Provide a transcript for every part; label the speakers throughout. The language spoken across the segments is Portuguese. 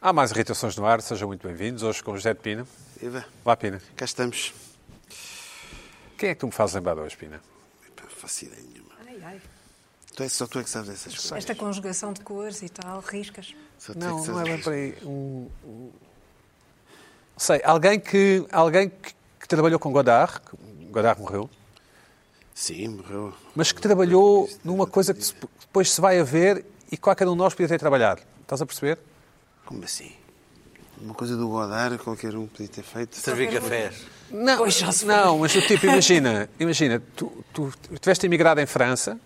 Speaker 1: Há mais irritações no ar, sejam muito bem-vindos. Hoje com o José de Pina.
Speaker 2: Viva,
Speaker 1: Vá, Pina.
Speaker 2: cá estamos.
Speaker 1: Quem é que tu me fazes lembrar de hoje, Pina?
Speaker 2: Epá, não faço ideia nenhuma.
Speaker 3: Ai, ai.
Speaker 2: Tu é, só tu é que sabes essas coisas.
Speaker 3: Esta conjugação de cores e tal, riscas.
Speaker 2: Só tu
Speaker 1: Não,
Speaker 2: que
Speaker 1: não é
Speaker 2: sabes
Speaker 1: bem
Speaker 2: isso.
Speaker 1: para aí. Um, um- Sei, alguém que, alguém que, que trabalhou com Godard, que Godard morreu,
Speaker 2: Sim, morreu.
Speaker 1: mas que trabalhou numa coisa que se- depois se vai a ver e qualquer um de nós podia ter trabalhado. Estás a perceber?
Speaker 2: Como assim? Uma coisa do Godard, qualquer um podia ter feito.
Speaker 4: Servir cafés.
Speaker 1: Não,
Speaker 3: Pois já se foi.
Speaker 1: não mas o tipo, imagina, imagina, tu, tu tiveste imigrado em França,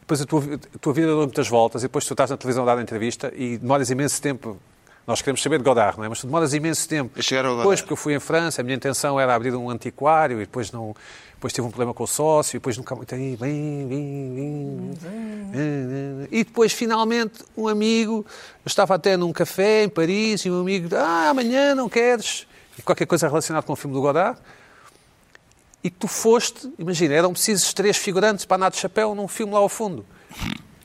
Speaker 1: depois a tua, vi- a tua vida deu muitas voltas, e depois tu estás na televisão a dar entrevista e demoras imenso tempo. Nós queremos saber de Godard, não é? Mas tu demoras imenso tempo.
Speaker 2: A chegar ao Godard.
Speaker 1: Depois, porque eu fui em França, a minha intenção era abrir um antiquário e depois não. Depois tive um problema com o sócio, e depois nunca muito aí. Bim, bim, bim. E depois, finalmente, um amigo, eu estava até num café em Paris, e um amigo, ah, amanhã não queres? E qualquer coisa relacionada com o filme do Godard. E tu foste, imagina, eram precisos três figurantes para andar de chapéu num filme lá ao fundo.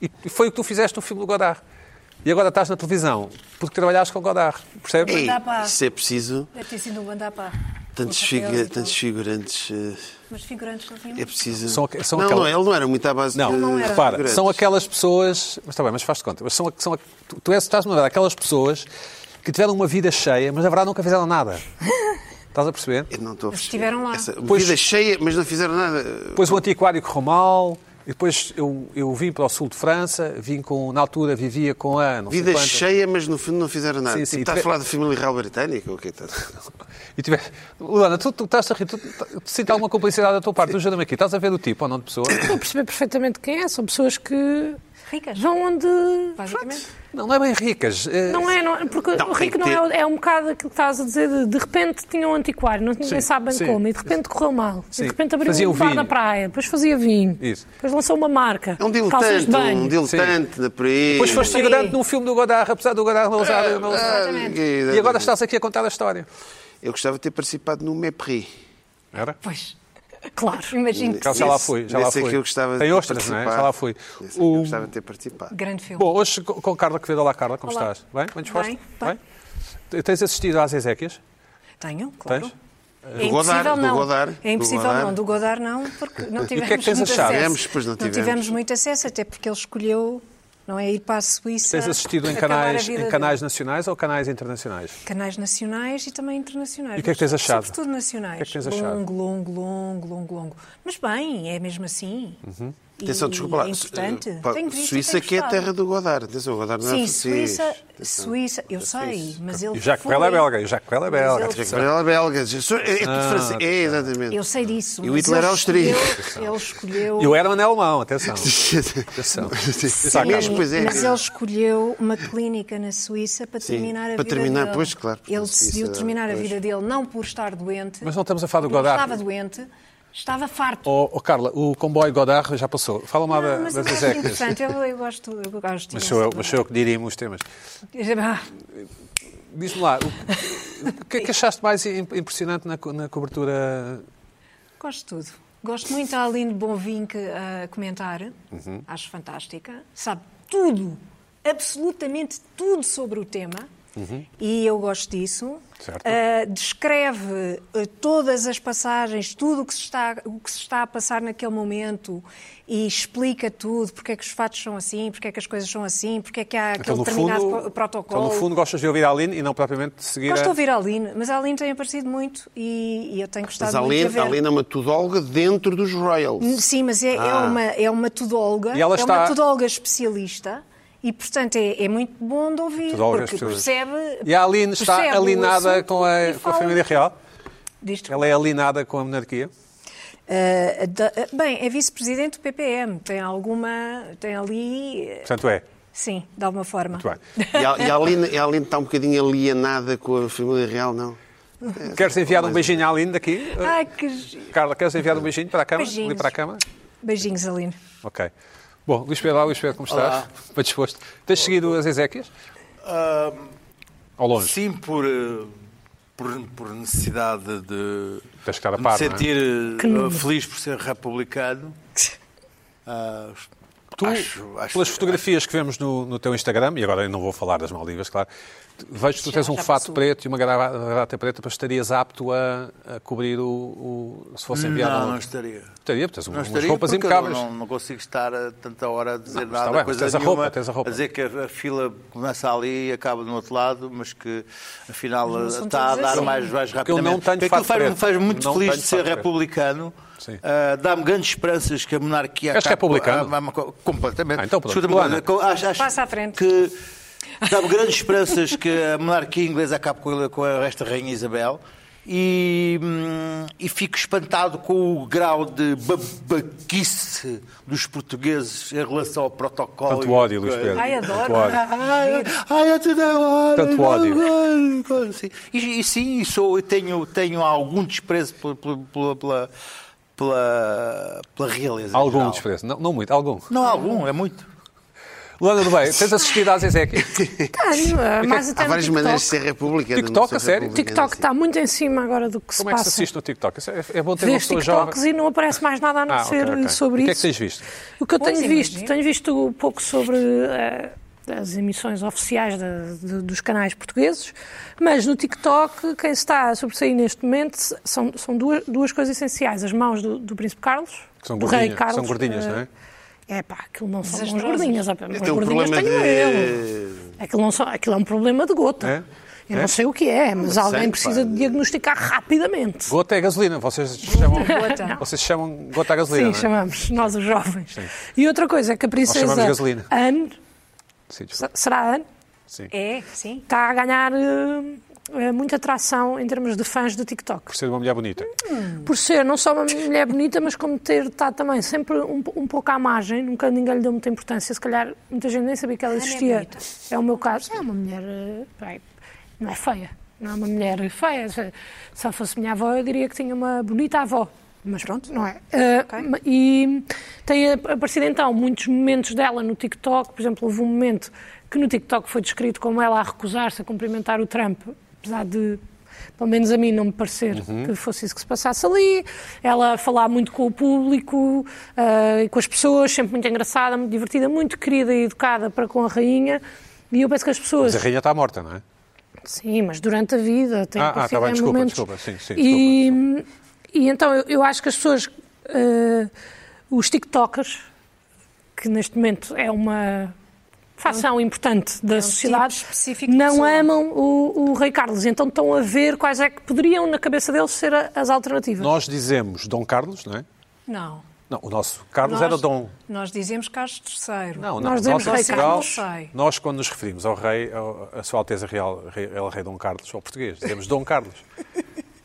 Speaker 1: E e foi o que tu fizeste no filme do Godard. E agora estás na televisão, porque trabalhaste com o Godard, percebes?
Speaker 2: Ei,
Speaker 3: Dá para-
Speaker 2: se é preciso,
Speaker 3: Deve ter sido um mandar para.
Speaker 2: tantos,
Speaker 3: com papéis
Speaker 2: figu-
Speaker 3: e tal.
Speaker 2: tantos figurantes. eh,
Speaker 3: Mas figurantes não
Speaker 2: É
Speaker 3: filme.
Speaker 2: preciso.
Speaker 1: São aqu- são
Speaker 2: não,
Speaker 1: aquela-
Speaker 2: não, ele não era muito à base
Speaker 1: Não,
Speaker 2: de.
Speaker 3: não era.
Speaker 1: repara,
Speaker 2: figurantes.
Speaker 1: são aquelas pessoas. Mas está bem, mas faz de conta. Mas são, a- são a- tu, tu és, estás-me a ver, aquelas pessoas que tiveram uma vida cheia, mas na verdade nunca fizeram nada. Estás a perceber?
Speaker 2: Eu não estou a
Speaker 3: Eles
Speaker 2: perceber.
Speaker 3: estiveram lá.
Speaker 2: Essa
Speaker 1: Pois-
Speaker 2: Vida cheia, mas não fizeram nada.
Speaker 1: Depois o antiquário correu mal, e depois eu, eu vim para o sul de França, vim com. Na altura vivia com a. Não sei
Speaker 2: Vida
Speaker 1: quantas.
Speaker 2: cheia, mas no fundo não fizeram nada.
Speaker 1: Sim, sim.
Speaker 2: Tipo, Estás
Speaker 1: Tiver-
Speaker 2: a falar da família real britânica? ou O que é que estás-
Speaker 1: E tiver... Luana, tu, tu estás a rir, tu, tu, sinto alguma complicidade da tua parte, ajuda-me aqui. Estás a ver o tipo ou não de pessoa?
Speaker 5: Estou a perceber perfeitamente quem é. São pessoas que
Speaker 3: Ricas.
Speaker 5: vão onde.
Speaker 3: Basicamente.
Speaker 1: Não, não é bem ricas. eh,
Speaker 5: Não é, não é, porque
Speaker 2: Não,
Speaker 5: o
Speaker 2: tem
Speaker 5: rico
Speaker 2: que
Speaker 5: não é,
Speaker 2: ter-
Speaker 5: o- é um bocado aquilo que estás a dizer, de, de repente tinha um antiquário, não, ninguém sabe bem
Speaker 1: sim.
Speaker 5: como, e de repente correu mal, e
Speaker 1: Sim.
Speaker 5: de repente abriu
Speaker 1: Fazia
Speaker 5: um
Speaker 1: um
Speaker 5: bar
Speaker 1: vinho.
Speaker 5: na praia, depois fazia vinho,
Speaker 1: Isso.
Speaker 5: depois lançou uma marca,
Speaker 2: É um
Speaker 5: calças
Speaker 2: diletante,
Speaker 5: de banho.
Speaker 2: um diletante da por aí.
Speaker 1: Depois foste
Speaker 5: Sim.
Speaker 1: figurante num filme do Godard, apesar do Godard não usar.
Speaker 3: Ah,
Speaker 1: não usar.
Speaker 3: Exatamente.
Speaker 2: que-
Speaker 1: E agora estás aqui a contar a história.
Speaker 2: Eu gostava de ter participado no Mepri.
Speaker 1: Era?
Speaker 3: Pois.
Speaker 5: Claro.
Speaker 3: Imagino.
Speaker 1: Já lá fui, já lá
Speaker 2: Nesse é
Speaker 1: fui.
Speaker 2: que eu gostava
Speaker 1: Tem
Speaker 2: de
Speaker 1: ostras, não é?
Speaker 2: participar.
Speaker 1: Já lá fui.
Speaker 2: Nesse é que
Speaker 1: O-
Speaker 2: eu gostava de ter participado.
Speaker 3: Grande filme.
Speaker 1: Bom, hoje com- com Carla Quevedo. Olá, Carla, como
Speaker 3: Olá.
Speaker 1: estás? Bem? Bem disposta?
Speaker 3: Bem, bem.
Speaker 1: T- Tens assistido às Ezequias?
Speaker 3: Tenho, claro.
Speaker 1: Tens?
Speaker 3: É
Speaker 2: Do Godard,
Speaker 3: impossível
Speaker 2: do
Speaker 3: não.
Speaker 2: Godard,
Speaker 3: é impossível
Speaker 2: do Godard.
Speaker 3: não. Do Godard não, porque não
Speaker 1: que é que
Speaker 3: tivemos
Speaker 1: tens
Speaker 3: muito
Speaker 1: achado?
Speaker 3: acesso.
Speaker 2: Tivemos, pois não tivemos.
Speaker 3: muito acesso, até porque ele escolheu, não é, ir para a Suíça.
Speaker 1: Tens assistido em
Speaker 3: acabar a
Speaker 1: canais,
Speaker 3: vida
Speaker 1: em
Speaker 3: dele.
Speaker 1: canais nacionais ou canais internacionais?
Speaker 3: Canais nacionais e também internacionais.
Speaker 1: E o que é que tens
Speaker 3: mas
Speaker 1: achado?
Speaker 3: Sobretudo nacionais.
Speaker 1: O que é que tens achado?
Speaker 3: Longo, longo, longo, longo, longo. Mas bem, é mesmo assim.
Speaker 1: Uhum.
Speaker 3: E
Speaker 2: Atenção, desculpa lá.
Speaker 3: É importante.
Speaker 2: Eh, pá,
Speaker 3: Tenho visto e
Speaker 2: Suíça
Speaker 3: tenho
Speaker 2: que é a
Speaker 3: gostado.
Speaker 2: terra do Godard. Atenção, o Godard não é
Speaker 3: Sim,
Speaker 2: francês.
Speaker 3: Suíça,
Speaker 2: Atenção. é
Speaker 3: Suíça, eu sei,
Speaker 2: Suíça.
Speaker 3: mas ele
Speaker 1: E o Jacques
Speaker 3: foi-
Speaker 1: Brel é belga. E o Jacques Brel é belga.
Speaker 3: Mas ele-
Speaker 2: Jacques Brel é belga. É, é tudo
Speaker 1: Ah,
Speaker 2: francês. É, exatamente.
Speaker 3: Eu sei disso.
Speaker 2: E o
Speaker 3: mas
Speaker 2: Hitler
Speaker 3: ele
Speaker 2: é austríaco.
Speaker 3: escolheu- Ele escolheu...
Speaker 1: E o Herman é alemão, atenção. Atenção.
Speaker 2: Sim,
Speaker 1: Está cá.
Speaker 2: mesmo, pois é.
Speaker 3: Mas ele escolheu uma clínica na Suíça para
Speaker 2: Sim,
Speaker 3: terminar a
Speaker 2: para
Speaker 3: vida
Speaker 2: terminar,
Speaker 3: dele.
Speaker 2: pois, claro, porque
Speaker 3: Ele
Speaker 2: na Suíça,
Speaker 3: decidiu terminar a
Speaker 2: pois.
Speaker 3: vida dele não por estar doente.
Speaker 1: Mas não estamos a falar do
Speaker 3: porque ele
Speaker 1: Godard.
Speaker 3: Estava doente, estava farto.
Speaker 1: Oh, oh, Carla, o comboio Godard já passou. Fala mal da-
Speaker 3: Não, mas eu
Speaker 1: das
Speaker 3: acho
Speaker 1: Ezequias.
Speaker 3: interessante. Eu, eu gosto, eu
Speaker 1: Mas
Speaker 3: gosto imenso
Speaker 1: sou eu,
Speaker 3: do
Speaker 1: mas sou eu que dirimo os temas.
Speaker 3: Godard.
Speaker 1: Diz-me lá, o, o que é que achaste mais im- impressionante na, co- na cobertura?
Speaker 3: Gosto de tudo. Gosto muito da Aline Bonvinck a comentar.
Speaker 1: Uhum.
Speaker 3: Acho fantástica. Sabe tudo, absolutamente tudo sobre o tema. E eu gosto disso.
Speaker 1: Uhum. Certo.
Speaker 3: Ah, descreve ah, todas as passagens, tudo o que, se está, o que se está a passar naquele momento e explica tudo, porque é que os fatos são assim, porque é que as coisas são assim, porque é que há aquele
Speaker 1: Então, no
Speaker 3: determinado
Speaker 1: fundo-
Speaker 3: pro-
Speaker 1: Então,
Speaker 3: protocolo.
Speaker 1: no fundo, gostas de ouvir a Aline e não propriamente de seguir
Speaker 3: Gosto de
Speaker 1: a...
Speaker 3: ouvir a Aline, mas a Aline tem aparecido muito e, e eu tenho gostado
Speaker 2: Mas a
Speaker 3: muito
Speaker 2: Aline,
Speaker 3: de a
Speaker 2: a
Speaker 3: ver.
Speaker 2: Aline é uma tudóloga dentro dos Royals.
Speaker 3: Sim, mas é, é
Speaker 2: Ah.
Speaker 3: uma, é uma tudóloga,
Speaker 1: E ela
Speaker 3: é
Speaker 1: está-
Speaker 3: uma tudóloga especialista e, portanto, é, é muito bom de ouvir,
Speaker 1: Tudóloga
Speaker 3: porque
Speaker 1: especialista.
Speaker 3: percebe...
Speaker 1: E a Aline está
Speaker 3: percebe o
Speaker 1: alinada
Speaker 3: assunto
Speaker 1: com a,
Speaker 3: e
Speaker 1: com a
Speaker 3: fala.
Speaker 1: família real?
Speaker 3: Diz-te-
Speaker 1: Ela é alinada com a monarquia?
Speaker 3: Ah, da- ah, bem, é vice-presidente do PPM, tem alguma... tem ali... eh,
Speaker 1: Portanto, é.
Speaker 3: Sim, de alguma forma.
Speaker 1: Muito bem.
Speaker 2: E a, e a Aline, e a Aline está um bocadinho alienada com a família real, não?
Speaker 1: Queres enviar um beijinho à Aline daqui?
Speaker 3: Ai, que... gi-
Speaker 1: Carla, queres enviar um beijinho para a cama?
Speaker 3: Beijinhos.
Speaker 1: Ali para a cama?
Speaker 3: Beijinhos, Aline.
Speaker 1: Ok. Bom, Luís Pedro, olá, Luís Pedro, como estás? Bem disposto. Tens seguido as Ezequias? Ao longe.
Speaker 4: Sim, por, eh, por, por necessidade de,
Speaker 1: Tens que estar a
Speaker 4: de
Speaker 1: par, não
Speaker 4: me
Speaker 1: é?
Speaker 4: sentir eh, feliz por ser republicano. Ah,
Speaker 1: Tu,
Speaker 4: acho- acho-
Speaker 1: pelas fotografias que vemos no, no teu Instagram, e agora eu não vou falar das Maldivas, claro, vejo que tu
Speaker 3: Já-
Speaker 1: tens um
Speaker 3: já
Speaker 1: fato
Speaker 3: passou.
Speaker 1: preto e uma grava- gravata preta, mas estarias apto a, a cobrir o, o- se fosse enviado a
Speaker 4: Não,
Speaker 1: um-
Speaker 4: não estaria.
Speaker 1: Estaria, porque tens
Speaker 4: Não
Speaker 1: um, umas
Speaker 4: estaria
Speaker 1: roupas
Speaker 4: porque eu
Speaker 1: impecáveis.
Speaker 4: Não, não consigo estar a tanta hora a dizer
Speaker 1: Não, mas está
Speaker 4: nada,
Speaker 1: bem, mas
Speaker 4: coisa
Speaker 1: tens a
Speaker 4: nenhuma,
Speaker 1: roupa, tens a roupa.
Speaker 4: dizer que a, a fila começa ali e acaba do outro lado, mas que afinal
Speaker 3: Mas não são
Speaker 4: está a
Speaker 3: todos
Speaker 4: dar
Speaker 3: assim.
Speaker 4: mais, mais
Speaker 1: Porque eu
Speaker 4: rapidamente.
Speaker 1: não tenho
Speaker 4: Porque
Speaker 1: fato
Speaker 4: aquilo faz-me
Speaker 1: preto.
Speaker 4: faz muito
Speaker 1: Não
Speaker 4: feliz
Speaker 1: tenho
Speaker 4: de ser
Speaker 1: fato preto.
Speaker 4: republicano.
Speaker 1: Sim.
Speaker 4: Ah, Dá-me grandes esperanças que a monarquia
Speaker 1: Acho que é
Speaker 4: acabe-
Speaker 1: republicano.
Speaker 4: Ah, ah, ah, completamente.
Speaker 1: Ah, então pronto.
Speaker 4: Escuta-me,
Speaker 1: Luana.
Speaker 4: co- acho, acho
Speaker 3: Passa à frente.
Speaker 4: Que dá-me grandes esperanças que a monarquia inglesa acabe com, ele- com esta rainha Isabel. E, hum, e fico espantado com o grau de babaquice dos portugueses em relação ao protocolo.
Speaker 1: Tanto ódio, Luís Pedro.
Speaker 3: Ai, adoro.
Speaker 1: Tanto ódio.
Speaker 4: Ai, ai, eu te dei ódio.
Speaker 1: Tanto ódio.
Speaker 4: Sim. E, e sim, e sou, eu tenho, tenho algum desprezo pela, pela, pela, pela, pela realeza. em
Speaker 1: Algum
Speaker 4: geral.
Speaker 1: desprezo. Não, não muito, algum.
Speaker 4: Não, algum, é muito.
Speaker 1: Luana do Bem, tens assistido à Zezek?
Speaker 5: Tenho,
Speaker 1: É
Speaker 5: eh, mais até
Speaker 2: Há
Speaker 5: no
Speaker 2: várias
Speaker 5: TikTok.
Speaker 2: maneiras de ser republicano.
Speaker 1: TikTok,
Speaker 2: não sou
Speaker 1: a sério?
Speaker 2: republicano,
Speaker 5: TikTok
Speaker 2: sim.
Speaker 5: está muito em cima agora do que se
Speaker 1: assim. Como é que se
Speaker 5: passa.
Speaker 1: assiste no TikTok? Isso É, é bom ter uma
Speaker 5: Vês
Speaker 1: pessoa
Speaker 5: TikToks
Speaker 1: jovem.
Speaker 5: e não aparece mais nada a não
Speaker 1: Ah, ok,
Speaker 5: ser
Speaker 1: ok.
Speaker 5: sobre
Speaker 1: O que é que
Speaker 5: isso.
Speaker 1: tens visto?
Speaker 5: O que eu
Speaker 3: Pois,
Speaker 5: tenho visto,
Speaker 3: imagino.
Speaker 5: tenho visto um pouco sobre eh, as emissões oficiais da- de- dos canais portugueses, mas no TikTok quem se está a sobressair neste momento são, são duas, duas coisas essenciais. As mãos do, do Príncipe Carlos,
Speaker 1: Que são
Speaker 5: do
Speaker 1: gordinhas,
Speaker 5: Rei Carlos.
Speaker 1: são gordinhas, não é?
Speaker 5: É pá, aquilo não são mãos
Speaker 3: Desastrosas.
Speaker 5: gordinhas. ó,
Speaker 2: Eu
Speaker 5: Mãos
Speaker 2: tenho um
Speaker 5: gordinhas
Speaker 2: problema
Speaker 5: tenho eu.
Speaker 2: de...
Speaker 5: Aquilo, não só, aquilo é um problema de gota.
Speaker 1: É?
Speaker 5: Eu
Speaker 1: É?
Speaker 5: não sei o que é, mas alguém
Speaker 2: sei, pá.
Speaker 5: precisa de diagnosticar rapidamente.
Speaker 1: Gota é gasolina. Vocês chamam,
Speaker 3: Gota.
Speaker 1: vocês chamam gota a gasolina,
Speaker 5: Sim,
Speaker 1: não é?
Speaker 5: chamamos, nós os jovens. E outra coisa é que a princesa
Speaker 1: chamamos gasolina.
Speaker 5: Anne,
Speaker 1: Sim, desculpa.
Speaker 5: se- será a Anne,
Speaker 1: Sim.
Speaker 3: É, sim.
Speaker 5: está a ganhar eh, eh, muita atração em termos de fãs do TikTok.
Speaker 1: Por ser uma mulher bonita.
Speaker 5: Por ser não só uma mulher bonita, mas como ter estado também sempre um, po- um pouco à margem, nunca ninguém lhe deu muita importância, se calhar muita gente nem sabia que ela
Speaker 3: Ana é
Speaker 5: existia.
Speaker 3: bonita.
Speaker 5: É, o meu caso. É uma mulher. eh, bem, não é feia. Não é uma mulher feia. Se se ela fosse minha avó, eu diria que tinha uma bonita avó. Mas pronto, não é? Eh, ma- E tem ap- aparecido então muitos momentos dela no TikTok. Por exemplo, houve um momento que no TikTok foi descrito como ela a recusar-se a cumprimentar o Trump, apesar de. Pelo menos a mim não me parecer que fosse isso que se passasse ali. Ela a falar muito com o público eh, e com as pessoas, sempre muito engraçada, muito divertida, muito querida e educada para com a rainha. E eu penso que as pessoas.
Speaker 1: Mas a rainha está morta, não é?
Speaker 5: Sim, mas durante a vida tem
Speaker 1: Ah, ah,
Speaker 5: aparecido
Speaker 1: tá bem,
Speaker 5: em
Speaker 1: desculpa,
Speaker 5: momentos.
Speaker 1: desculpa, sim, sim,
Speaker 5: e, e então eu, eu acho que as pessoas, eh, os TikTokers, que neste momento é uma
Speaker 3: É
Speaker 5: fação importante da sociedade,
Speaker 3: um tipo específico de
Speaker 5: não
Speaker 3: pessoa.
Speaker 5: amam o, o Rei Carlos. Então estão a ver quais é que poderiam, na cabeça deles, ser a- as alternativas.
Speaker 1: Nós dizemos Dom Carlos, não é?
Speaker 3: Não.
Speaker 1: Não, o nosso Carlos
Speaker 3: Nós-
Speaker 1: era Dom.
Speaker 3: Nós dizemos Carlos III.
Speaker 1: Não, não.
Speaker 5: Nós dizemos
Speaker 1: nós, em
Speaker 5: Rei
Speaker 1: Portugal,
Speaker 3: Carlos. Não sei.
Speaker 1: nós, quando nos referimos ao rei, ao- a Sua Alteza Real, rei, El Rei Dom Carlos, ao português, dizemos Dom Carlos.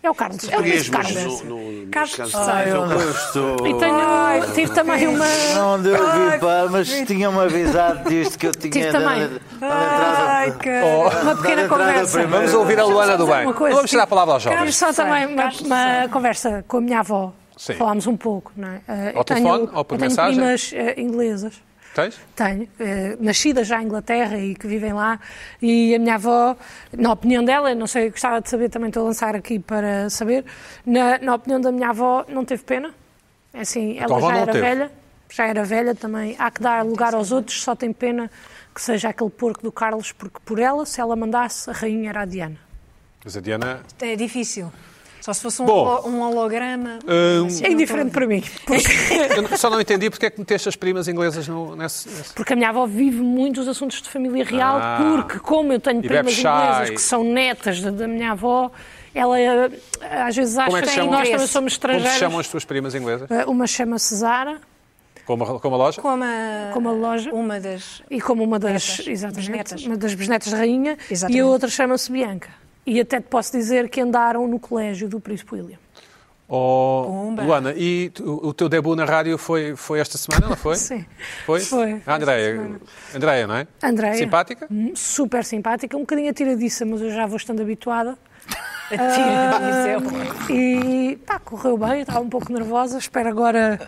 Speaker 5: É o Carlos. É o
Speaker 2: Português,
Speaker 5: Príncipe
Speaker 2: mas
Speaker 5: Carlos.
Speaker 2: no- no- nos
Speaker 3: Carlos
Speaker 2: casos-
Speaker 3: III.
Speaker 4: Ah, eu não estou.
Speaker 5: E tenho,
Speaker 3: Ah.
Speaker 5: tive também uma.
Speaker 4: Não deu vi, pá, mas tinham-me avisado disto que eu tinha.
Speaker 5: Ah, Tive também.
Speaker 4: da- da- da entrada.
Speaker 3: Ai, cara.
Speaker 5: Uma pequena
Speaker 4: entrada
Speaker 5: conversa.
Speaker 4: primeiro.
Speaker 1: Vamos ouvir a Luana do
Speaker 5: Só
Speaker 1: Bem.
Speaker 5: uma coisa, tipo,
Speaker 1: Vamos tirar a palavra aos
Speaker 5: Tivemos
Speaker 1: jovens.
Speaker 5: só
Speaker 3: Sei,
Speaker 5: também uma,
Speaker 3: acho que
Speaker 5: uma
Speaker 3: sei.
Speaker 5: conversa com a minha avó.
Speaker 1: Sim.
Speaker 5: Falámos um pouco, não é? Eh,
Speaker 1: Ao
Speaker 5: eu tenho,
Speaker 1: telefone, ou por
Speaker 5: eu tenho
Speaker 1: mensagem?
Speaker 5: primas eh, inglesas.
Speaker 1: Tens?
Speaker 5: Tenho, eh, nascidas já em Inglaterra e que vivem lá, e a minha avó, na opinião dela, eu não sei, gostava de saber, também estou a lançar aqui para saber, na, na opinião da minha avó, não teve pena? É Assim, ela
Speaker 1: avó
Speaker 5: já
Speaker 1: não
Speaker 5: era
Speaker 1: teve.
Speaker 5: velha, já era velha também, há que dar lugar aos outros, só tem pena que seja aquele porco do Carlos, porque por ela, se ela mandasse, a rainha era a Diana.
Speaker 1: Mas a Diana.
Speaker 3: É difícil. Só se fosse um,
Speaker 1: Bom.
Speaker 3: holo- um holograma.
Speaker 1: Hum,
Speaker 3: assim, não
Speaker 5: É
Speaker 3: É
Speaker 5: indiferente
Speaker 3: tô-
Speaker 5: para mim, porque,
Speaker 1: Eu não- só não entendi porque é que meteste as primas inglesas no, nesse. nesse-
Speaker 5: porque a minha avó vive muito os assuntos de família real,
Speaker 1: Ah.
Speaker 5: porque como eu tenho
Speaker 1: bebe
Speaker 5: primas
Speaker 1: chá
Speaker 5: inglesas
Speaker 1: e-
Speaker 5: que são netas da, da minha avó, ela eh, às vezes acha
Speaker 1: Como é que
Speaker 5: que,
Speaker 1: chamam-
Speaker 5: nós também somos
Speaker 1: Como se
Speaker 5: estrangeiros.
Speaker 1: chamam as tuas primas inglesas?
Speaker 5: Eh, Uma chama Cesara
Speaker 1: Como a, como a loja?
Speaker 3: Como a,
Speaker 5: Como a loja.
Speaker 3: Uma das.
Speaker 5: e como uma das,
Speaker 3: Netas,
Speaker 5: exatamente,
Speaker 3: Ah, bisnetas.
Speaker 5: uma das bisnetas da rainha e
Speaker 3: Exatamente.
Speaker 5: a outra chama-se Bianca. E até te posso dizer que andaram no colégio do Príncipe William.
Speaker 1: Oh,
Speaker 3: Pumba.
Speaker 1: Luana, e tu- o teu debut na rádio foi, foi esta semana, não foi?
Speaker 5: Sim.
Speaker 1: Foi?
Speaker 5: Foi,
Speaker 1: A
Speaker 5: esta
Speaker 1: Andreia,
Speaker 5: semana.
Speaker 1: Andreia, não é?
Speaker 5: Andreia.
Speaker 1: Simpática?
Speaker 5: Hum, Super simpática, um bocadinho atiradiça, mas eu já vou estando habituada.
Speaker 3: Ah, Tira-me
Speaker 5: E pá, correu bem, eu estava um pouco nervosa, espero agora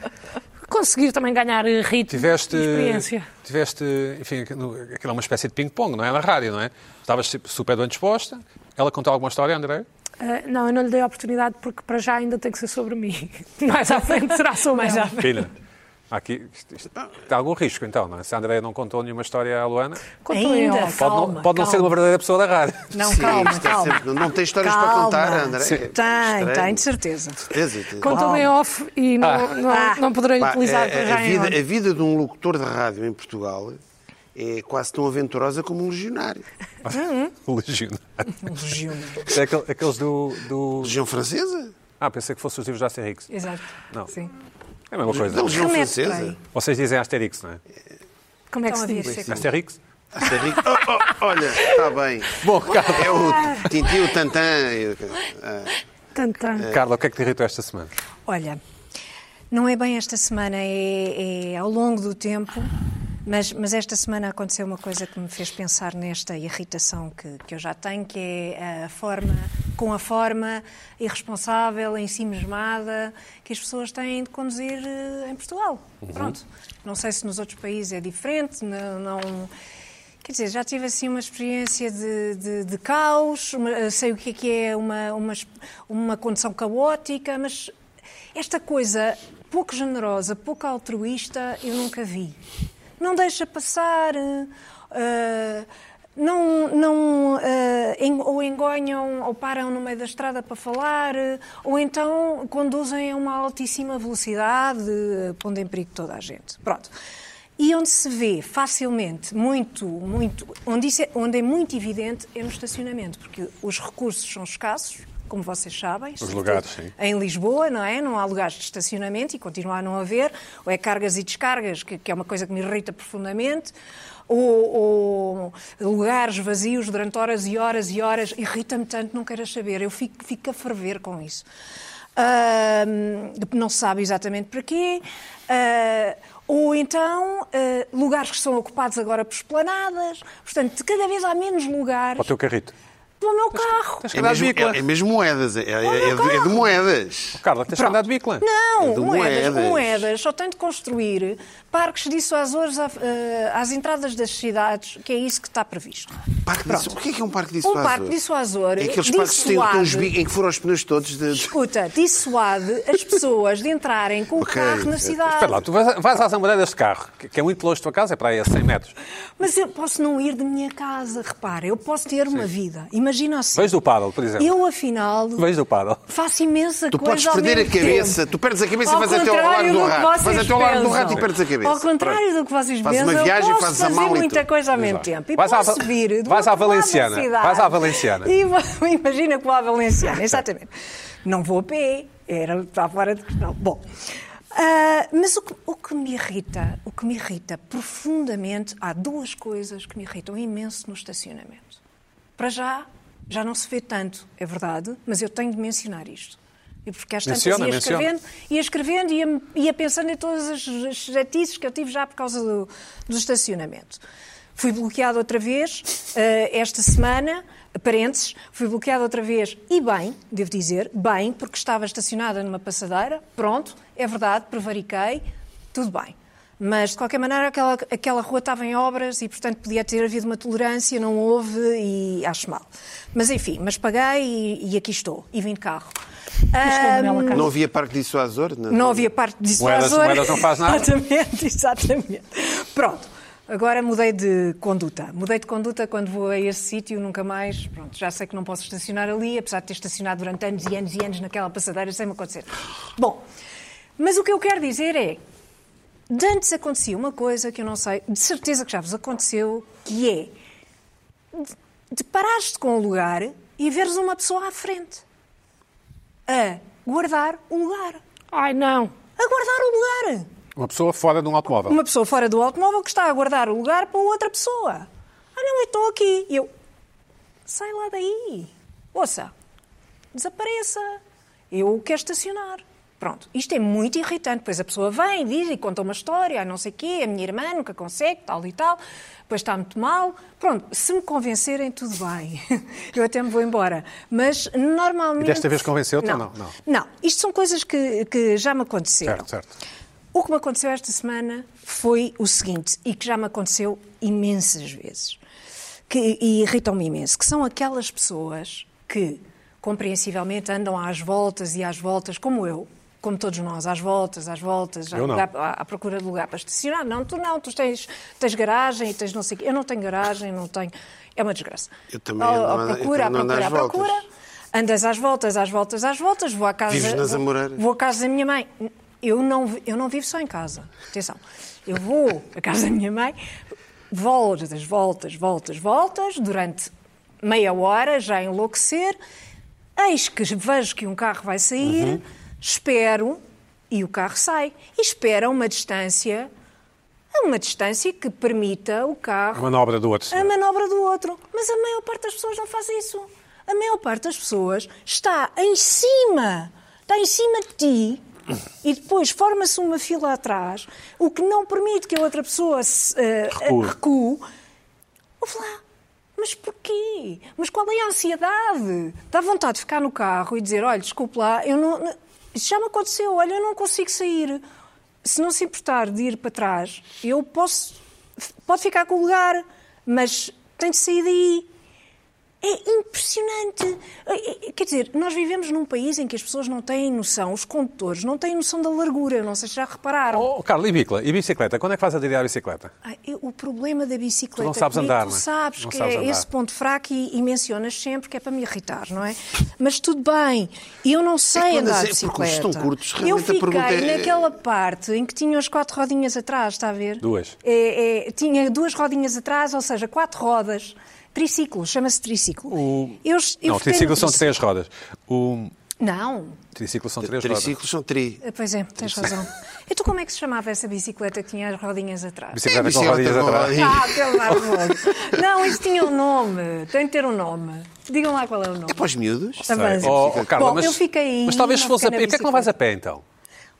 Speaker 5: conseguir também ganhar eh, ritmo
Speaker 1: Tiveste, eh,
Speaker 5: e experiência.
Speaker 1: tiveste, enfim, aquilo aquilo é uma espécie de ping-pong, não é? Na rádio, não é? Estavas su- super bem disposta. Ela contou alguma história, André?
Speaker 5: Eh, não, eu não lhe dei a oportunidade porque para já ainda tem que ser sobre mim. Mais à frente será sobre
Speaker 3: Mais
Speaker 5: ela.
Speaker 3: à frente.
Speaker 1: Pina. Há Aqui, isto, isto- há algum risco, então, não é? Se a Andréia não contou nenhuma história à Luana,
Speaker 5: Contou em
Speaker 3: Ainda.
Speaker 5: off.
Speaker 1: pode,
Speaker 3: Calma,
Speaker 1: não, pode não
Speaker 3: calma.
Speaker 1: ser uma verdadeira pessoa da rádio.
Speaker 3: Não,
Speaker 2: Sim,
Speaker 3: calma,
Speaker 2: isto é
Speaker 3: calma.
Speaker 2: sempre- não tem histórias para
Speaker 3: Calma.
Speaker 2: contar, André.
Speaker 3: Sim.
Speaker 2: É
Speaker 3: Tem,
Speaker 2: estranho.
Speaker 3: tem, de certeza.
Speaker 2: Certeza, tem.
Speaker 5: Contou em off e não, não,
Speaker 3: Ah.
Speaker 5: não poderei
Speaker 2: Pá,
Speaker 1: é,
Speaker 5: utilizar
Speaker 2: a,
Speaker 5: para
Speaker 2: a- a
Speaker 5: já em
Speaker 2: vida,
Speaker 5: on.
Speaker 2: a vida de um locutor de rádio em Portugal é quase tão aventurosa como um legionário.
Speaker 5: Uhum.
Speaker 1: Legionário.
Speaker 3: Legiona.
Speaker 1: É aquele- aqueles do, do.
Speaker 2: Legião francesa?
Speaker 1: Ah, pensei que fosse os livros de Asterix.
Speaker 3: Exato.
Speaker 1: Não.
Speaker 3: Sim.
Speaker 1: É a mesma
Speaker 2: Da
Speaker 1: coisa.
Speaker 2: legião
Speaker 3: Remete
Speaker 2: francesa?
Speaker 3: bem.
Speaker 1: Vocês dizem Asterix, não é?
Speaker 5: Como é
Speaker 3: Então
Speaker 5: que se
Speaker 3: havia
Speaker 5: diz?
Speaker 3: de ser como-
Speaker 1: Asterix?
Speaker 2: Asterix. Oh, oh, olha, está bem. Bom, É o Tintin, o Tantan. e o- ah,
Speaker 5: Tantã.
Speaker 1: Carla, o que é que te irritou esta semana?
Speaker 3: Olha, não é bem esta semana, é, é ao longo do tempo, mas, mas esta semana aconteceu uma coisa que me fez pensar nesta irritação que, que eu já tenho, que é a forma, com a forma irresponsável, ensimismada, que as pessoas têm de conduzir eh, em Portugal. Pronto. Não sei se nos outros países é diferente, não- não Quer dizer, já tive assim uma experiência de, de, de caos, uma- eh, sei o que é que é uma, uma, es- uma condição caótica, mas esta coisa pouco generosa, pouco altruísta, eu nunca vi. Não deixa passar, eh, eh, não, não, eh, en- ou engonham ou param no meio da estrada para falar, eh, ou então conduzem a uma altíssima velocidade, eh, pondo em perigo toda a gente. Pronto. E onde se vê facilmente, muito, muito, onde, isso é, onde é muito evidente é no estacionamento, porque os recursos são escassos, como vocês sabem. sobretudo
Speaker 1: lugares, sim.
Speaker 3: Em Lisboa, não é? Não há lugares de estacionamento e continua a não haver, ou é cargas e descargas, que, que é uma coisa que me irrita profundamente, ou, ou lugares vazios durante horas e horas e horas. Irrita-me tanto, não queiras saber, eu fico, fico a ferver com isso. Ahm, não se sabe exatamente para quê. Ah, ou então, ah, lugares que são ocupados agora por esplanadas. Portanto, cada vez há menos lugares
Speaker 1: Para o teu carrito.
Speaker 3: para o meu carro.
Speaker 1: Tens que
Speaker 2: É
Speaker 1: andar
Speaker 2: mesmo,
Speaker 1: de bicla.
Speaker 2: é, é mesmo moedas. É, é-
Speaker 3: Olha
Speaker 2: é de- é de
Speaker 3: como.
Speaker 2: moedas.
Speaker 1: Carla, tens que andar de bicla.
Speaker 3: Não,
Speaker 2: É de
Speaker 3: moedas,
Speaker 2: moedas.
Speaker 3: moedas, Só tem de construir parques dissuasores à- eh, às entradas das cidades, que é isso que está previsto.
Speaker 2: Parque disso- O que é que é um parque dissuasor?
Speaker 3: Um parque dissuasor.
Speaker 2: É aqueles parques que têm-
Speaker 3: dissuade-
Speaker 2: têm os bi- em que foram os pneus todos. De...
Speaker 3: Escuta, dissuade as pessoas de entrarem com o
Speaker 2: Ok.
Speaker 3: carro na cidade.
Speaker 1: Espera lá, tu vais, vais às Amoreiras de carro, que, que é muito longe da tua casa, é para aí a 100 metros.
Speaker 3: Mas eu posso não ir de minha casa, repara, eu posso ter uma vida. Imagina assim.
Speaker 1: Vens do paddle, por exemplo.
Speaker 3: Eu, afinal,
Speaker 1: Vens do paddle.
Speaker 3: faço imensa
Speaker 2: Tu
Speaker 3: coisa.
Speaker 2: podes
Speaker 3: ao
Speaker 2: perder a
Speaker 3: mesmo tempo.
Speaker 2: cabeça, tu perdes a cabeça e
Speaker 3: Ao
Speaker 2: vais até ao
Speaker 3: contrário
Speaker 2: largo do
Speaker 3: que
Speaker 2: rato. Vais
Speaker 3: vocês
Speaker 2: até ao largo do rato e
Speaker 3: pensam.
Speaker 2: perdes a cabeça.
Speaker 3: Ao contrário
Speaker 2: Pronto.
Speaker 3: do que vocês
Speaker 2: Fazes
Speaker 3: pensam,
Speaker 2: uma viagem,
Speaker 3: eu posso
Speaker 2: fazes a
Speaker 3: fazer
Speaker 2: mala e
Speaker 3: muita
Speaker 2: tudo.
Speaker 3: coisa ao mesmo
Speaker 1: Exato.
Speaker 3: tempo. E
Speaker 1: Vais à
Speaker 3: posso
Speaker 1: Val-
Speaker 3: vir do
Speaker 1: vais à
Speaker 3: outro lado da
Speaker 1: Valenciana.
Speaker 3: cidade.
Speaker 1: Vais à Valenciana.
Speaker 3: E vou- imagina que vou à Valenciana, exatamente. Não vou a pé, era, está fora de questão. Bom, ah, mas o que, o que me irrita, o que me irrita profundamente, há duas coisas que me irritam imenso no estacionamento. Para já, já não se vê tanto, é verdade, mas eu tenho de mencionar isto. E porque às tantas
Speaker 1: Menciona,
Speaker 3: ia
Speaker 1: menciona.
Speaker 3: escrevendo, ia escrevendo e ia, ia pensando em todas as as chatices que eu tive já por causa do, do estacionamento. Fui bloqueado outra vez eh, esta semana, parênteses, fui bloqueado outra vez e bem, devo dizer, bem, porque estava estacionada numa passadeira, pronto, é verdade, prevariquei, tudo bem. Mas, de qualquer maneira, aquela, aquela rua estava em obras e, portanto, podia ter havido uma tolerância, não houve e acho mal. Mas, enfim, mas paguei e, e aqui estou, e vim de carro. Ah,
Speaker 5: Manuela Carla.
Speaker 2: Não havia parque dissuasor? Não,
Speaker 3: não havia parte de
Speaker 1: Moedas-
Speaker 3: dissuasor.
Speaker 1: moedas não faz nada.
Speaker 3: Exatamente, exatamente. Pronto, agora mudei de conduta. Mudei de conduta quando vou a esse sítio, nunca mais. Pronto, já sei que não posso estacionar ali, apesar de ter estacionado durante anos e anos e anos naquela passadeira, sem me acontecer. Bom, mas o que eu quero dizer é. De antes acontecia uma coisa que eu não sei, de certeza que já vos aconteceu, que é de- de parares-te com o lugar e veres uma pessoa à frente a guardar o lugar
Speaker 5: Ai, não.
Speaker 3: a guardar o lugar.
Speaker 1: Uma pessoa fora de um automóvel.
Speaker 3: Uma pessoa fora do automóvel que está a guardar o lugar para outra pessoa. Ah, não, eu estou aqui. E eu, sai lá daí. Ouça, desapareça. Eu quero estacionar. Pronto, isto é muito irritante. Depois a pessoa vem, diz e conta uma história, ah, não sei o quê, a minha irmã nunca consegue, tal e tal, depois está muito mal. Pronto, se me convencerem, tudo bem. Eu até me vou embora. Mas normalmente.
Speaker 1: E desta vez convenceu-te ou
Speaker 3: não?
Speaker 1: não? Não.
Speaker 3: Não, isto são coisas que, que já me aconteceram.
Speaker 1: Certo, certo.
Speaker 3: O que me aconteceu esta semana foi o seguinte, e que já me aconteceu imensas vezes, que, e irritam-me imenso, que são aquelas pessoas que, compreensivelmente, andam às voltas e às voltas, como eu, como todos nós, às voltas, às voltas, à,
Speaker 1: Eu não.
Speaker 3: lugar- à- à procura de lugar para estacionar. Não, tu não, tu tens, tens garagem e tens não sei o quê. Eu não tenho garagem, não tenho. É uma desgraça.
Speaker 2: Eu também
Speaker 3: Ou-
Speaker 2: ando-
Speaker 3: ou
Speaker 2: eu
Speaker 3: procura, à
Speaker 2: também ando
Speaker 3: procura,
Speaker 2: às
Speaker 3: à procura.
Speaker 2: voltas.
Speaker 3: Andas às voltas, às voltas, às voltas, vou à casa.
Speaker 2: Vives nas
Speaker 3: vou-
Speaker 2: Amoreiras.
Speaker 3: Vou à casa da minha mãe. Eu não, vi- eu não vivo só em casa. Atenção. Eu vou à casa da minha mãe, voltas, voltas, voltas, voltas, durante meia hora, já a enlouquecer. Eis que vejo que um carro vai sair,
Speaker 2: Uhum.
Speaker 3: espero e o carro sai. E espero a uma distância, a uma distância que permita o carro
Speaker 1: A manobra do outro.
Speaker 3: a manobra do outro. Mas a maior parte das pessoas não faz isso. A maior parte das pessoas está em cima, está em cima de ti e depois forma-se uma fila atrás, o que não permite que a outra pessoa se, eh,
Speaker 1: Recue.
Speaker 3: recue. Ouve lá, mas porquê? Mas qual é a ansiedade? Dá vontade de ficar no carro e dizer, olha, desculpe lá, eu não... não- isso já me aconteceu, olha, eu não consigo sair. Se não se importar de ir para trás, eu posso... Pode ficar com o lugar, mas tem de sair daí. É impressionante. É, é, Quer dizer, nós vivemos num país em que as pessoas não têm noção, os condutores não têm noção da largura, não sei se já repararam.
Speaker 1: Oh, Carlos, e bicla? E bicicleta? Quando é que vais aderir à bicicleta?
Speaker 3: Ai, Ah, eu- o problema da bicicleta
Speaker 1: Tu não sabes
Speaker 3: comigo,
Speaker 1: andar,
Speaker 3: tu
Speaker 1: não é?
Speaker 3: sabes
Speaker 1: Não
Speaker 3: que
Speaker 1: sabes
Speaker 3: é
Speaker 1: andar.
Speaker 3: esse ponto fraco e, e mencionas sempre que é para me irritar, não é? Mas tudo bem, eu não sei
Speaker 2: quando
Speaker 3: andar de
Speaker 2: é sempre
Speaker 3: bicicleta.
Speaker 2: percursos tão curtos,
Speaker 3: eu
Speaker 2: realmente a
Speaker 3: fiquei
Speaker 2: pergunta é-
Speaker 3: naquela parte em que tinha as quatro rodinhas atrás, está a ver?
Speaker 1: Duas.
Speaker 3: É, é, tinha duas rodinhas atrás, ou seja, quatro rodas. Triciclo, chama-se triciclo. Eu, eu
Speaker 1: não,
Speaker 3: fiquei
Speaker 1: triciclo
Speaker 3: no
Speaker 1: são
Speaker 3: trici-
Speaker 1: três rodas. O
Speaker 3: Não,
Speaker 1: triciclo são três rodas.
Speaker 2: Triciclos são tri.
Speaker 3: pois é, tens razão. Então como é que se chamava essa bicicleta que tinha as rodinhas atrás?
Speaker 1: Bicicleta com
Speaker 2: Bicicleta
Speaker 1: rodinhas
Speaker 2: com
Speaker 1: atrás.
Speaker 2: rodinhas.
Speaker 3: Ah, pelo amor. Não, isso tinha um nome. Tem de ter um nome. Digam lá qual é o nome.
Speaker 2: É para os miúdos?
Speaker 3: Tá bem.
Speaker 1: Oh, oh, Carla,
Speaker 3: Bom,
Speaker 1: mas,
Speaker 3: eu fiquei
Speaker 1: mas talvez
Speaker 3: não
Speaker 1: fosse a pé. E
Speaker 3: fiquei na
Speaker 1: porquê é que não vais a
Speaker 3: bicicleta.
Speaker 1: pé, então?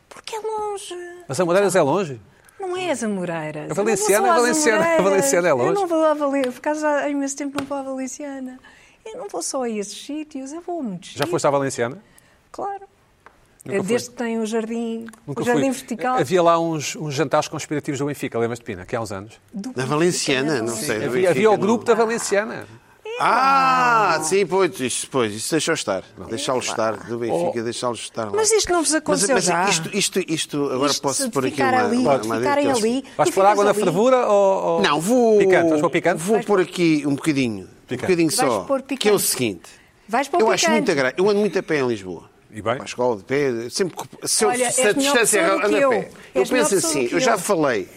Speaker 3: Porque é longe.
Speaker 1: Mas a Madeiras é longe?
Speaker 3: Não é as Amoreiras.
Speaker 1: A Valenciana é
Speaker 3: Eu não vou só às
Speaker 1: Valenciana.
Speaker 3: Amoreiras.
Speaker 1: A Valenciana é longe.
Speaker 3: Eu não vou à Valenciana. Por causa há imenso tempo não vou à Valenciana. Eu não vou só a esses sítios. Eu vou a muitos
Speaker 1: Já
Speaker 3: sítios,
Speaker 1: foste à Valenciana?
Speaker 3: Claro.
Speaker 1: Nunca fui.
Speaker 3: Desde que tem o jardim,
Speaker 1: Nunca
Speaker 3: o jardim
Speaker 1: fui.
Speaker 3: vertical.
Speaker 1: Havia lá uns, uns jantares conspirativos do Benfica, lembras de Pina, aqui há uns anos?
Speaker 3: do é
Speaker 2: Na Valenciana, não
Speaker 3: Sim.
Speaker 2: sei. do
Speaker 1: Havia,
Speaker 2: Benfica,
Speaker 1: havia o
Speaker 2: não.
Speaker 1: grupo da Valenciana.
Speaker 2: Ah, sim, pois, isso, pois, isso deixou estar. Deixá-los estar, do Benfica,
Speaker 1: Oh.
Speaker 2: deixá-los estar lá.
Speaker 3: Mas isto não vos
Speaker 2: Mas,
Speaker 3: aconteceu
Speaker 2: mas
Speaker 3: já?
Speaker 2: isto, isto, isto, agora
Speaker 3: Isto
Speaker 2: posso
Speaker 3: de
Speaker 2: pôr aqui
Speaker 3: ficar
Speaker 2: uma,
Speaker 3: ali,
Speaker 2: uma,
Speaker 3: de
Speaker 2: uma
Speaker 3: ficarem
Speaker 2: daqueles-
Speaker 3: ali.
Speaker 1: Vais
Speaker 3: E
Speaker 1: pôr água
Speaker 3: ficas
Speaker 1: na
Speaker 3: ali.
Speaker 1: fervura ou, ou-
Speaker 2: Não, vou.
Speaker 1: Picante, vais para o picante?
Speaker 2: Vou pôr aqui um bocadinho. Um bocadinho
Speaker 3: Vais
Speaker 2: só.
Speaker 3: pôr
Speaker 2: Que é o
Speaker 3: picante.
Speaker 2: seguinte.
Speaker 3: Vais para o
Speaker 2: Eu acho
Speaker 3: picante.
Speaker 2: muito agradável. Eu ando muito a pé em Lisboa.
Speaker 1: E bem?
Speaker 2: Para a escola, de pé, sempre que- se, eu-
Speaker 3: Olha,
Speaker 2: se
Speaker 3: és
Speaker 2: a
Speaker 3: melhor
Speaker 2: distância
Speaker 3: pessoa
Speaker 2: é
Speaker 3: do que
Speaker 2: ando
Speaker 3: eu.
Speaker 2: a pé. Eu
Speaker 3: És melhor
Speaker 2: penso
Speaker 3: pessoa do
Speaker 2: assim,
Speaker 3: que
Speaker 2: eu já
Speaker 3: eu.
Speaker 2: falei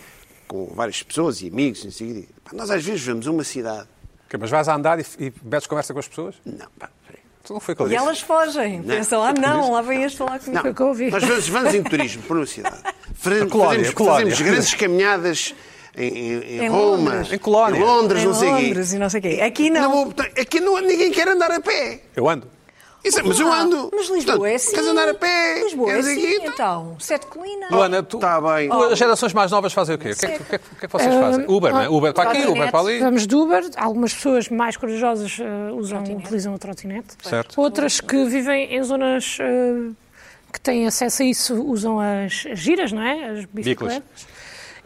Speaker 2: com várias pessoas e amigos, e assim, pá, nós às vezes vemos uma cidade.
Speaker 1: Ok, mas vais a andar e, e metes conversa com as pessoas?
Speaker 2: Não, pá, peraí.
Speaker 1: Tu não foi com
Speaker 3: E elas fogem. Pensam, ah não, lá vem este falar comigo.
Speaker 5: Foi o que eu ouvi.
Speaker 2: Nós vamos, vamos em turismo por uma cidade. Fazemos,
Speaker 1: A colónia,
Speaker 2: fazemos-
Speaker 1: a colónia.
Speaker 2: fazemos grandes caminhadas em, em- em
Speaker 3: Em
Speaker 2: Roma,
Speaker 3: Londres.
Speaker 1: Em colónia.
Speaker 2: em Londres,
Speaker 3: Em
Speaker 2: não sei o quê.
Speaker 3: Londres e não sei o quê. Aqui não.
Speaker 2: Não vou botar- aqui não, ninguém quer andar a pé.
Speaker 1: Eu ando.
Speaker 2: Isso é- mas eu
Speaker 3: Ah,
Speaker 2: ando.
Speaker 3: Mas Lisboa
Speaker 2: Portanto,
Speaker 3: é assim.
Speaker 2: Queres andar a pé?
Speaker 3: Lisboa é
Speaker 2: queres
Speaker 3: assim,
Speaker 2: aqui,
Speaker 3: então. Sete colinas.
Speaker 1: Luana, tu,
Speaker 2: Tá bem.
Speaker 1: tu- as gerações mais novas fazem o quê? O que é que, o que é que- o que é que vocês
Speaker 5: Ah,
Speaker 1: fazem? Uber, não é? Uber para aqui, Uber para ali.
Speaker 5: Vamos de Uber, algumas pessoas mais corajosas eh, usam, utilizam o trotinete.
Speaker 1: Certo.
Speaker 5: Outras que vivem em zonas eh, que têm acesso a isso usam as, as giras, não é? As bicicletas.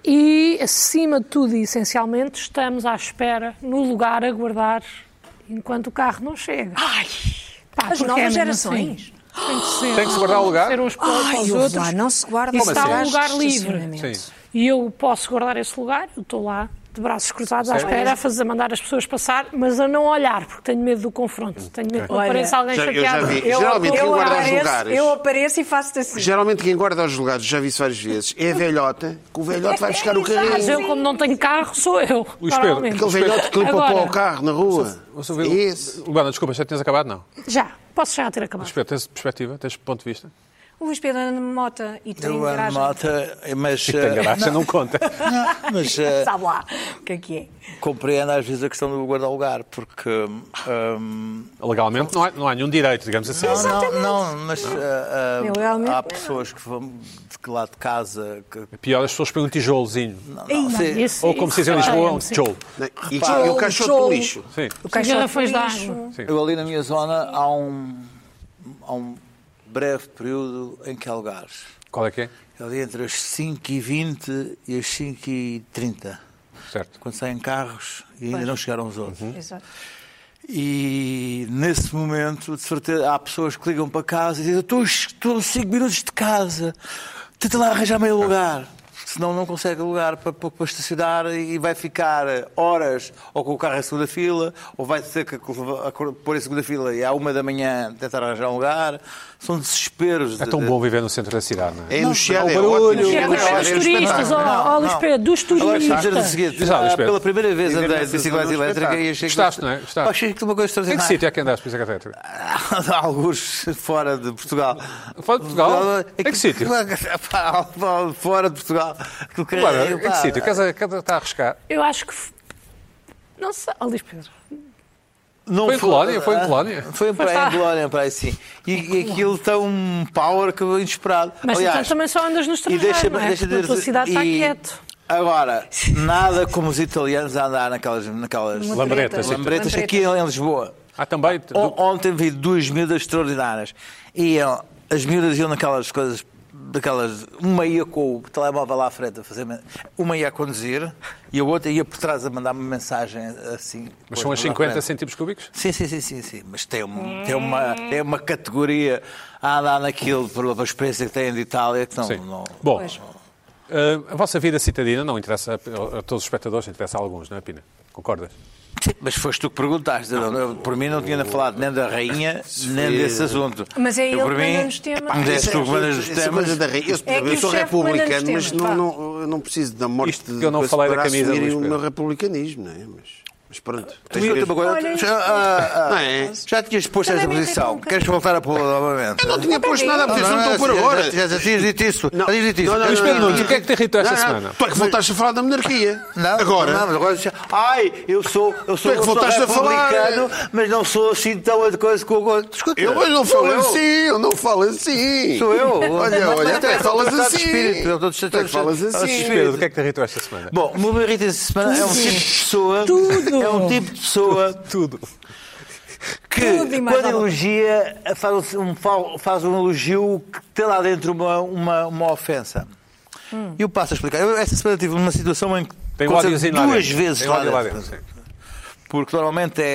Speaker 5: E, acima de tudo e essencialmente, estamos à espera, no lugar, a guardar, enquanto o carro não chega.
Speaker 3: Ai,
Speaker 5: Pá,
Speaker 3: as
Speaker 5: porque
Speaker 3: novas
Speaker 5: é mesmo
Speaker 3: gerações.
Speaker 5: assim. Tem que ser.
Speaker 1: Tem que se guardar o lugar?
Speaker 5: Ser uns para,
Speaker 3: Ai,
Speaker 5: para os
Speaker 3: ouve
Speaker 5: outros.
Speaker 3: lá, não se guarda
Speaker 5: Isso
Speaker 1: Como
Speaker 5: está um
Speaker 1: assim?
Speaker 5: lugar livre.
Speaker 3: Estacionamento.
Speaker 1: Sim.
Speaker 5: E eu posso guardar esse lugar, eu estou lá, de braços cruzados, à
Speaker 1: Certo.
Speaker 5: espera, a, fazer, a mandar as pessoas passar, mas a não olhar, porque tenho medo do confronto. Tenho medo que
Speaker 3: Olha,
Speaker 5: apareça alguém
Speaker 2: já- eu já
Speaker 5: chateado.
Speaker 2: vi. Geralmente quem guarda os lugares.
Speaker 3: eu apareço e faço-te assim.
Speaker 2: Geralmente quem guarda os lugares, já vi isso várias vezes, é a velhota, que o velhote vai buscar o
Speaker 5: Mas eu,
Speaker 2: carrinho.
Speaker 5: como não tenho carro, sou eu.
Speaker 1: Luís Pedro,
Speaker 5: normalmente.
Speaker 2: Aquele velhote que limpa
Speaker 5: Agora,
Speaker 2: pó o carro na rua.
Speaker 1: Você
Speaker 2: É
Speaker 1: ouviu-
Speaker 2: esse.
Speaker 1: Luana, desculpa, já tinhas acabado? Não.
Speaker 5: Já, posso já ter acabado.
Speaker 1: Espera, Tens perspectiva? Tens ponto de vista?
Speaker 3: O Luís Pedro anda de mota e tem
Speaker 4: Eu ando
Speaker 3: garagem.
Speaker 4: malta, mas.
Speaker 1: Tem
Speaker 4: eh,
Speaker 1: garagem, não conta.
Speaker 4: não, mas eh,
Speaker 3: Sabe lá o que é que é.
Speaker 4: compreendo às vezes a questão do guarda-lugar, porque. hum,
Speaker 1: Legalmente não há, não há nenhum direito, digamos assim.
Speaker 4: Não, não, não, mas ah, ah,
Speaker 3: Ilegalmente,
Speaker 4: há
Speaker 3: não.
Speaker 4: pessoas que vão de que lá de casa que.
Speaker 1: Pior, as pessoas põem um tijolozinho.
Speaker 4: Não, não, se-
Speaker 5: Isso,
Speaker 1: Ou como
Speaker 5: isso
Speaker 1: se diz em
Speaker 5: vai,
Speaker 1: Lisboa, um
Speaker 5: sim.
Speaker 1: tijolo.
Speaker 2: Não, E, e o caixote do lixo.
Speaker 1: Sim.
Speaker 3: O caixote
Speaker 5: garrafões
Speaker 3: de
Speaker 5: de
Speaker 3: lixo.
Speaker 5: água.
Speaker 1: Sim.
Speaker 4: Eu ali na minha zona há um, há um breve período em que há lugares.
Speaker 1: Qual é que é?
Speaker 4: Ali entre as 5h20 e as 5h30.
Speaker 1: Certo.
Speaker 4: Quando saem carros e ainda não chegaram os outros.
Speaker 3: Exato.
Speaker 4: E nesse momento, de certeza, há pessoas que ligam para casa e dizem: "Eu Estou a 5 minutos de casa, tenta lá arranjar meio lugar. Senão não consegue lugar para, para, para estacionar e vai ficar eh, horas ou com o carro em segunda fila, ou vai ter que pôr em segunda fila e à uma da manhã tentar arranjar um lugar. São desesperos.
Speaker 1: É
Speaker 4: de-
Speaker 1: tão
Speaker 4: de-
Speaker 1: bom viver no centro da cidade, não é?
Speaker 2: É enunciado, é
Speaker 1: barulho.
Speaker 2: ótimo.
Speaker 5: É, dos,
Speaker 2: É um
Speaker 5: dos turistas, ó,
Speaker 2: espetáculo.
Speaker 5: ó, Luís Pedro, dos
Speaker 4: Agora, deixa-me dizer o
Speaker 5: turistas.
Speaker 4: seguinte,
Speaker 1: Diz lá, Luís
Speaker 4: ah,
Speaker 1: Pedro.
Speaker 4: pela primeira vez
Speaker 2: Viver
Speaker 4: andei de
Speaker 2: nesse
Speaker 4: bicicleta
Speaker 2: mundo é um
Speaker 4: elétrica e achei que...
Speaker 1: Gostaste, não é? Gostaste.
Speaker 4: Achei que uma
Speaker 1: Em
Speaker 4: coisa
Speaker 1: que
Speaker 4: extraordinária.
Speaker 1: sítio é que andaste, Luís Agatha?
Speaker 4: Há alguns fora de Portugal.
Speaker 1: Fora de Portugal? Em que sítio?
Speaker 4: Pá, pá, Fora de Portugal. Aquilo que-
Speaker 1: Agora, em
Speaker 4: pá,
Speaker 1: que sítio? Queres a- queres a- Está a arriscar?
Speaker 5: Eu acho que. f- Não sei. Ó, Luís Pedro.
Speaker 4: não
Speaker 1: Foi em Colónia, foi em
Speaker 4: ah,
Speaker 1: Colónia.
Speaker 4: Foi em
Speaker 5: Foi
Speaker 4: praia, em
Speaker 5: pá.
Speaker 4: Colónia, em praia, sim. E, e aquilo tem um power que eu inesperado.
Speaker 5: Mas
Speaker 4: Aliás,
Speaker 5: então também só andas no estrangeiro,
Speaker 4: deixa-me-
Speaker 5: não é?
Speaker 4: deixa-me
Speaker 5: Porque a tua
Speaker 4: dizer-
Speaker 5: cidade está
Speaker 4: e-
Speaker 5: quieto.
Speaker 4: Agora, nada como os italianos a andar naquelas, naquelas
Speaker 3: Uma
Speaker 1: Lambretas,
Speaker 3: treta.
Speaker 4: lambretas
Speaker 3: Lambreta.
Speaker 4: aqui
Speaker 2: é
Speaker 4: em Lisboa.
Speaker 1: Há também. do-
Speaker 4: O- Ontem vi duas miúdas extraordinárias. Iam, as miúdas iam naquelas coisas, daquelas. Uma ia com o telemóvel lá à frente a fazer. men- Uma ia a conduzir e a outra ia por trás a mandar uma mensagem assim.
Speaker 1: Mas
Speaker 4: com
Speaker 1: são uns
Speaker 4: as mãos à
Speaker 1: 50
Speaker 4: frente.
Speaker 1: centímetros cúbicos?
Speaker 4: Sim, sim, sim, sim, sim. Mas tem uma, tem uma,
Speaker 3: Hum.
Speaker 4: tem uma categoria a andar naquilo pela experiência que têm de Itália que não.
Speaker 1: Sim.
Speaker 4: não-
Speaker 1: Bom,
Speaker 3: Pois.
Speaker 1: ah, a vossa vida citadina não interessa a, a todos os espectadores, interessa a alguns, não é, Pina? Concordas?
Speaker 4: Sim, mas foste tu que perguntaste. eu- eu- por mim não tinha ainda falado nem da rainha, nem desse assunto.
Speaker 3: Mas é
Speaker 4: Eu,
Speaker 3: ele
Speaker 4: por
Speaker 3: que
Speaker 4: mim,
Speaker 3: manda nos temas.
Speaker 4: Mas és
Speaker 2: Essa-
Speaker 4: tu que mandas os
Speaker 2: essa
Speaker 4: temas.
Speaker 2: coisa da rei- Eu,
Speaker 3: É que
Speaker 2: eu
Speaker 3: o
Speaker 2: sou
Speaker 3: chefe manda
Speaker 2: republicano,
Speaker 3: nos
Speaker 2: mas
Speaker 3: temas,
Speaker 2: não,
Speaker 3: pá.
Speaker 2: não, eu não preciso da morte
Speaker 1: Isto que eu não
Speaker 2: coisa
Speaker 1: falei da
Speaker 2: para
Speaker 1: camisa,
Speaker 2: assumir
Speaker 1: Luís
Speaker 2: o
Speaker 1: Pedro.
Speaker 2: meu republicanismo, não é? Mas, mas pronto.
Speaker 4: Tu e eu também agora-
Speaker 3: Olha,
Speaker 4: já, ah, ah,
Speaker 2: Não é?
Speaker 4: já tinhas posto esta
Speaker 3: Também me um
Speaker 4: posição.
Speaker 3: interrompe.
Speaker 4: Queres voltar a pô-la novamente?
Speaker 2: Não tinha posto nada a
Speaker 4: Não,
Speaker 2: dizer,
Speaker 4: não,
Speaker 2: não estou por
Speaker 4: não, já-
Speaker 2: agora.
Speaker 4: Já, já tinhas dito isso.
Speaker 2: Não.
Speaker 4: já tinhas dito isso.
Speaker 2: Não, não,
Speaker 1: Luís
Speaker 2: não,
Speaker 1: Pedro
Speaker 2: não,
Speaker 1: Nunes,
Speaker 2: não.
Speaker 1: o que é que te irritou esta
Speaker 2: Não, não,
Speaker 1: semana?
Speaker 2: Tu é que voltaste a falar da monarquia.
Speaker 4: Não,
Speaker 2: agora.
Speaker 4: Não, mas agora já- Ai, eu sou, eu sou,
Speaker 2: é que
Speaker 4: eu sou
Speaker 2: voltaste a falar.
Speaker 4: republicano, mas não sou assim tão de coisa com o. Escuta,
Speaker 2: Eu não
Speaker 4: sou
Speaker 2: falo
Speaker 4: eu.
Speaker 2: assim, eu não falo assim.
Speaker 4: Sou eu.
Speaker 2: Olha, olha, até
Speaker 4: estou
Speaker 2: falas
Speaker 4: tratado de
Speaker 2: assim.
Speaker 4: espírito, eu estou-
Speaker 2: Até
Speaker 4: estou-
Speaker 2: falas
Speaker 4: estou-
Speaker 2: assim.
Speaker 4: espírito.
Speaker 1: Pedro, o que é que te irritou esta semana?
Speaker 4: Bom, o meu irrita esta semana é um tipo de pessoa.
Speaker 5: Tudo.
Speaker 4: É um tipo de pessoa
Speaker 1: Tudo.
Speaker 4: que,
Speaker 3: Tudo e mais
Speaker 4: quando
Speaker 3: alguma.
Speaker 4: elogia, faz um, fal- faz um elogio que tem lá dentro uma, uma, uma ofensa.
Speaker 3: Hum.
Speaker 4: E eu passo a explicar. Eu, esta semana tive uma situação em que.
Speaker 1: Tem um
Speaker 4: aconteceu
Speaker 1: ódiozinho lá
Speaker 4: duas
Speaker 1: dentro.
Speaker 4: vezes
Speaker 1: Tem um
Speaker 4: lá
Speaker 1: ódio lá
Speaker 4: dentro.
Speaker 1: dentro, sim.
Speaker 4: Porque normalmente é,